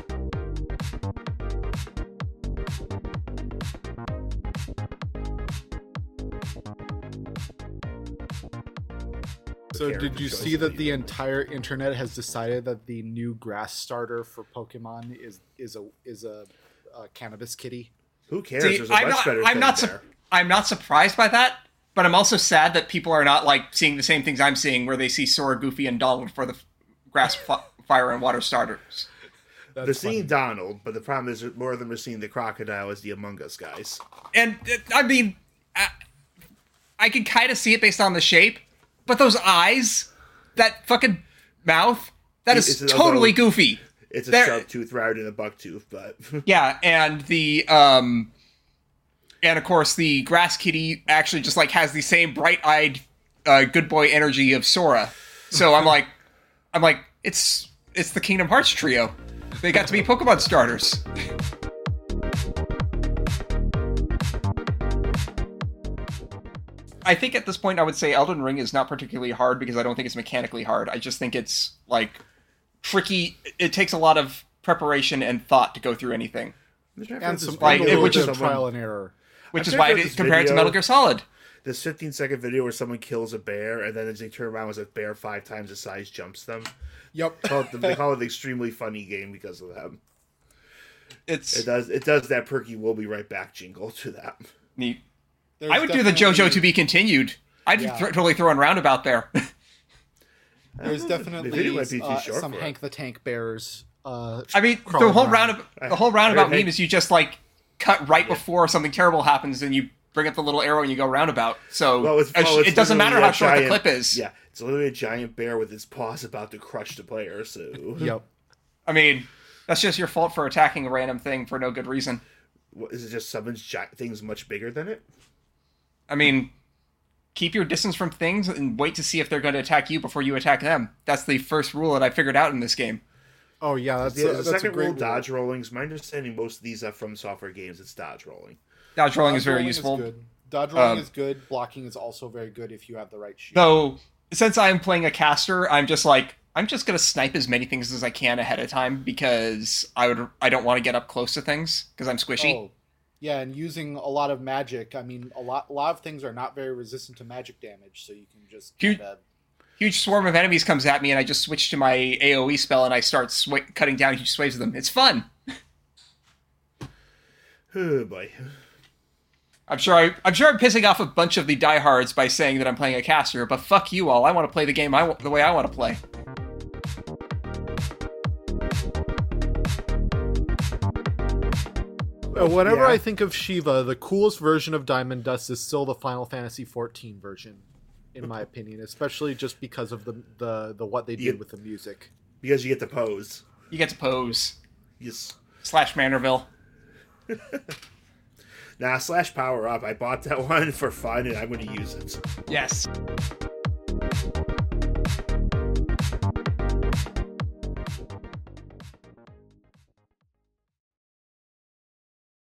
Speaker 4: So
Speaker 2: character
Speaker 4: did you
Speaker 2: choice
Speaker 4: see
Speaker 2: that
Speaker 4: that
Speaker 2: you
Speaker 4: the entire internet has decided that the new grass starter for Pokemon is is a is a, uh cannabis kitty?
Speaker 2: Who cares?
Speaker 1: See,
Speaker 2: There's a
Speaker 1: I'm
Speaker 2: much
Speaker 1: not.
Speaker 2: better
Speaker 1: I'm
Speaker 2: thing
Speaker 1: not.
Speaker 2: there.
Speaker 1: Su- I'm not surprised by that, but I'm also sad that people are not like seeing the same things I'm seeing, where they see Sora, Goofy, and Donald for the f- grass, fi fire, and water starters.
Speaker 4: That's
Speaker 2: They're
Speaker 4: funny.
Speaker 2: seeing Donald, but the problem is that more of them are seeing the crocodile as the Among Us guys.
Speaker 1: And uh, I mean, I, I can kind of see it based on the shape, but those eyes, that fucking mouth, that is
Speaker 2: It's another-
Speaker 1: totally Goofy.
Speaker 2: It's a
Speaker 1: There-
Speaker 2: sharp tooth rather than a buck tooth, but
Speaker 1: Yeah, and the um and of course the grass kitty actually just like has the same bright-eyed uh, good boy energy of Sora. So I'm like I'm like it's it's the Kingdom Hearts trio. They got to be Pokemon starters. I think at this point I would say Elden Ring is not particularly hard because I don't think it's mechanically hard. I just think it's like tricky. It takes a lot of preparation and thought to go through anything,
Speaker 4: and some
Speaker 1: Like,
Speaker 4: and a
Speaker 1: which
Speaker 4: which
Speaker 1: is-
Speaker 4: is trial and error.
Speaker 1: which is
Speaker 2: sure
Speaker 1: why it
Speaker 2: there's
Speaker 1: is
Speaker 2: this
Speaker 1: compared to
Speaker 2: video-
Speaker 1: Metal Gear Solid.
Speaker 2: this 15 second video where someone kills a bear and then as they turn around, it's a bear five times the size jumps them.
Speaker 4: Yep.
Speaker 2: Call it- they call it an extremely funny game because of them.
Speaker 1: It's
Speaker 2: It does it does that perky will be right back jingle to that.
Speaker 1: neat.
Speaker 4: There's
Speaker 1: I would do the
Speaker 4: definitely-
Speaker 1: JoJo to be continued. I'd
Speaker 4: Yeah.
Speaker 1: th- totally throw in roundabout there.
Speaker 4: There's definitely
Speaker 2: video might be too
Speaker 4: uh,
Speaker 2: short
Speaker 4: some
Speaker 2: for it.
Speaker 4: Hank the Tank Bears. Uh,
Speaker 1: I mean,
Speaker 4: Crawling
Speaker 1: the whole
Speaker 4: around.
Speaker 1: roundabout, the whole roundabout
Speaker 2: Hey, hey.
Speaker 1: meme is you just like cut right before something terrible happens, and you bring up the little arrow and you go roundabout. So
Speaker 2: Well, it's,
Speaker 1: uh,
Speaker 2: well, it's
Speaker 1: it doesn't matter
Speaker 2: literally
Speaker 1: how
Speaker 2: a
Speaker 1: short the
Speaker 2: giant-
Speaker 1: clip is.
Speaker 2: Yeah, it's literally a giant bear with its paws about to crush the player. So
Speaker 4: yep.
Speaker 1: I mean, that's just your fault for attacking a random thing for no good reason.
Speaker 2: what, is it just summons gi- things much bigger than it?
Speaker 1: I mean, keep your distance from things and wait to see if they're going to attack you before you attack them. That's the first rule that I figured out in this game.
Speaker 4: Oh yeah, that's,
Speaker 2: The,
Speaker 4: a,
Speaker 2: the
Speaker 4: that's a
Speaker 2: second
Speaker 4: great
Speaker 2: rule, dodge rolling. Is my understanding most of these are from software games. It's dodge rolling.
Speaker 1: Dodge rolling is
Speaker 4: Dodge
Speaker 1: very
Speaker 4: rolling
Speaker 1: useful.
Speaker 4: good. Dodge rolling
Speaker 1: Um,
Speaker 4: is good. Blocking is also very good if you have the right shield.
Speaker 1: Though since I'm playing a caster, I'm just like I'm just gonna snipe as many things as I can ahead of time because I would I don't want to get up close to things because I'm squishy.
Speaker 3: Oh, yeah, and using a lot of magic. I mean, a lot a lot of things are not very resistant to magic damage, so you can just
Speaker 1: Huge-
Speaker 3: kinda-
Speaker 1: Huge swarm of enemies comes at me, and I just switch to my AOE spell and I start swa- cutting down huge swaves of them. It's fun.
Speaker 2: Oh boy.
Speaker 1: I'm sure I, I'm sure I'm pissing off a bunch of the diehards by saying that I'm playing a caster, but fuck you all. I want to play the game I, wa- the way I want to play.
Speaker 4: Uh, Whenever
Speaker 2: Yeah.
Speaker 4: I think of Shiva, the coolest version of Diamond Dust is still the Final Fantasy XIV version, in my opinion, especially just because of the the, the what they did
Speaker 2: Yeah.
Speaker 4: with the music.
Speaker 2: Because you get to pose.
Speaker 1: You get to pose
Speaker 2: Yes.
Speaker 1: slash Manorville.
Speaker 2: Now slash power up. I bought that one for fun and I'm gonna use it.
Speaker 1: Yes.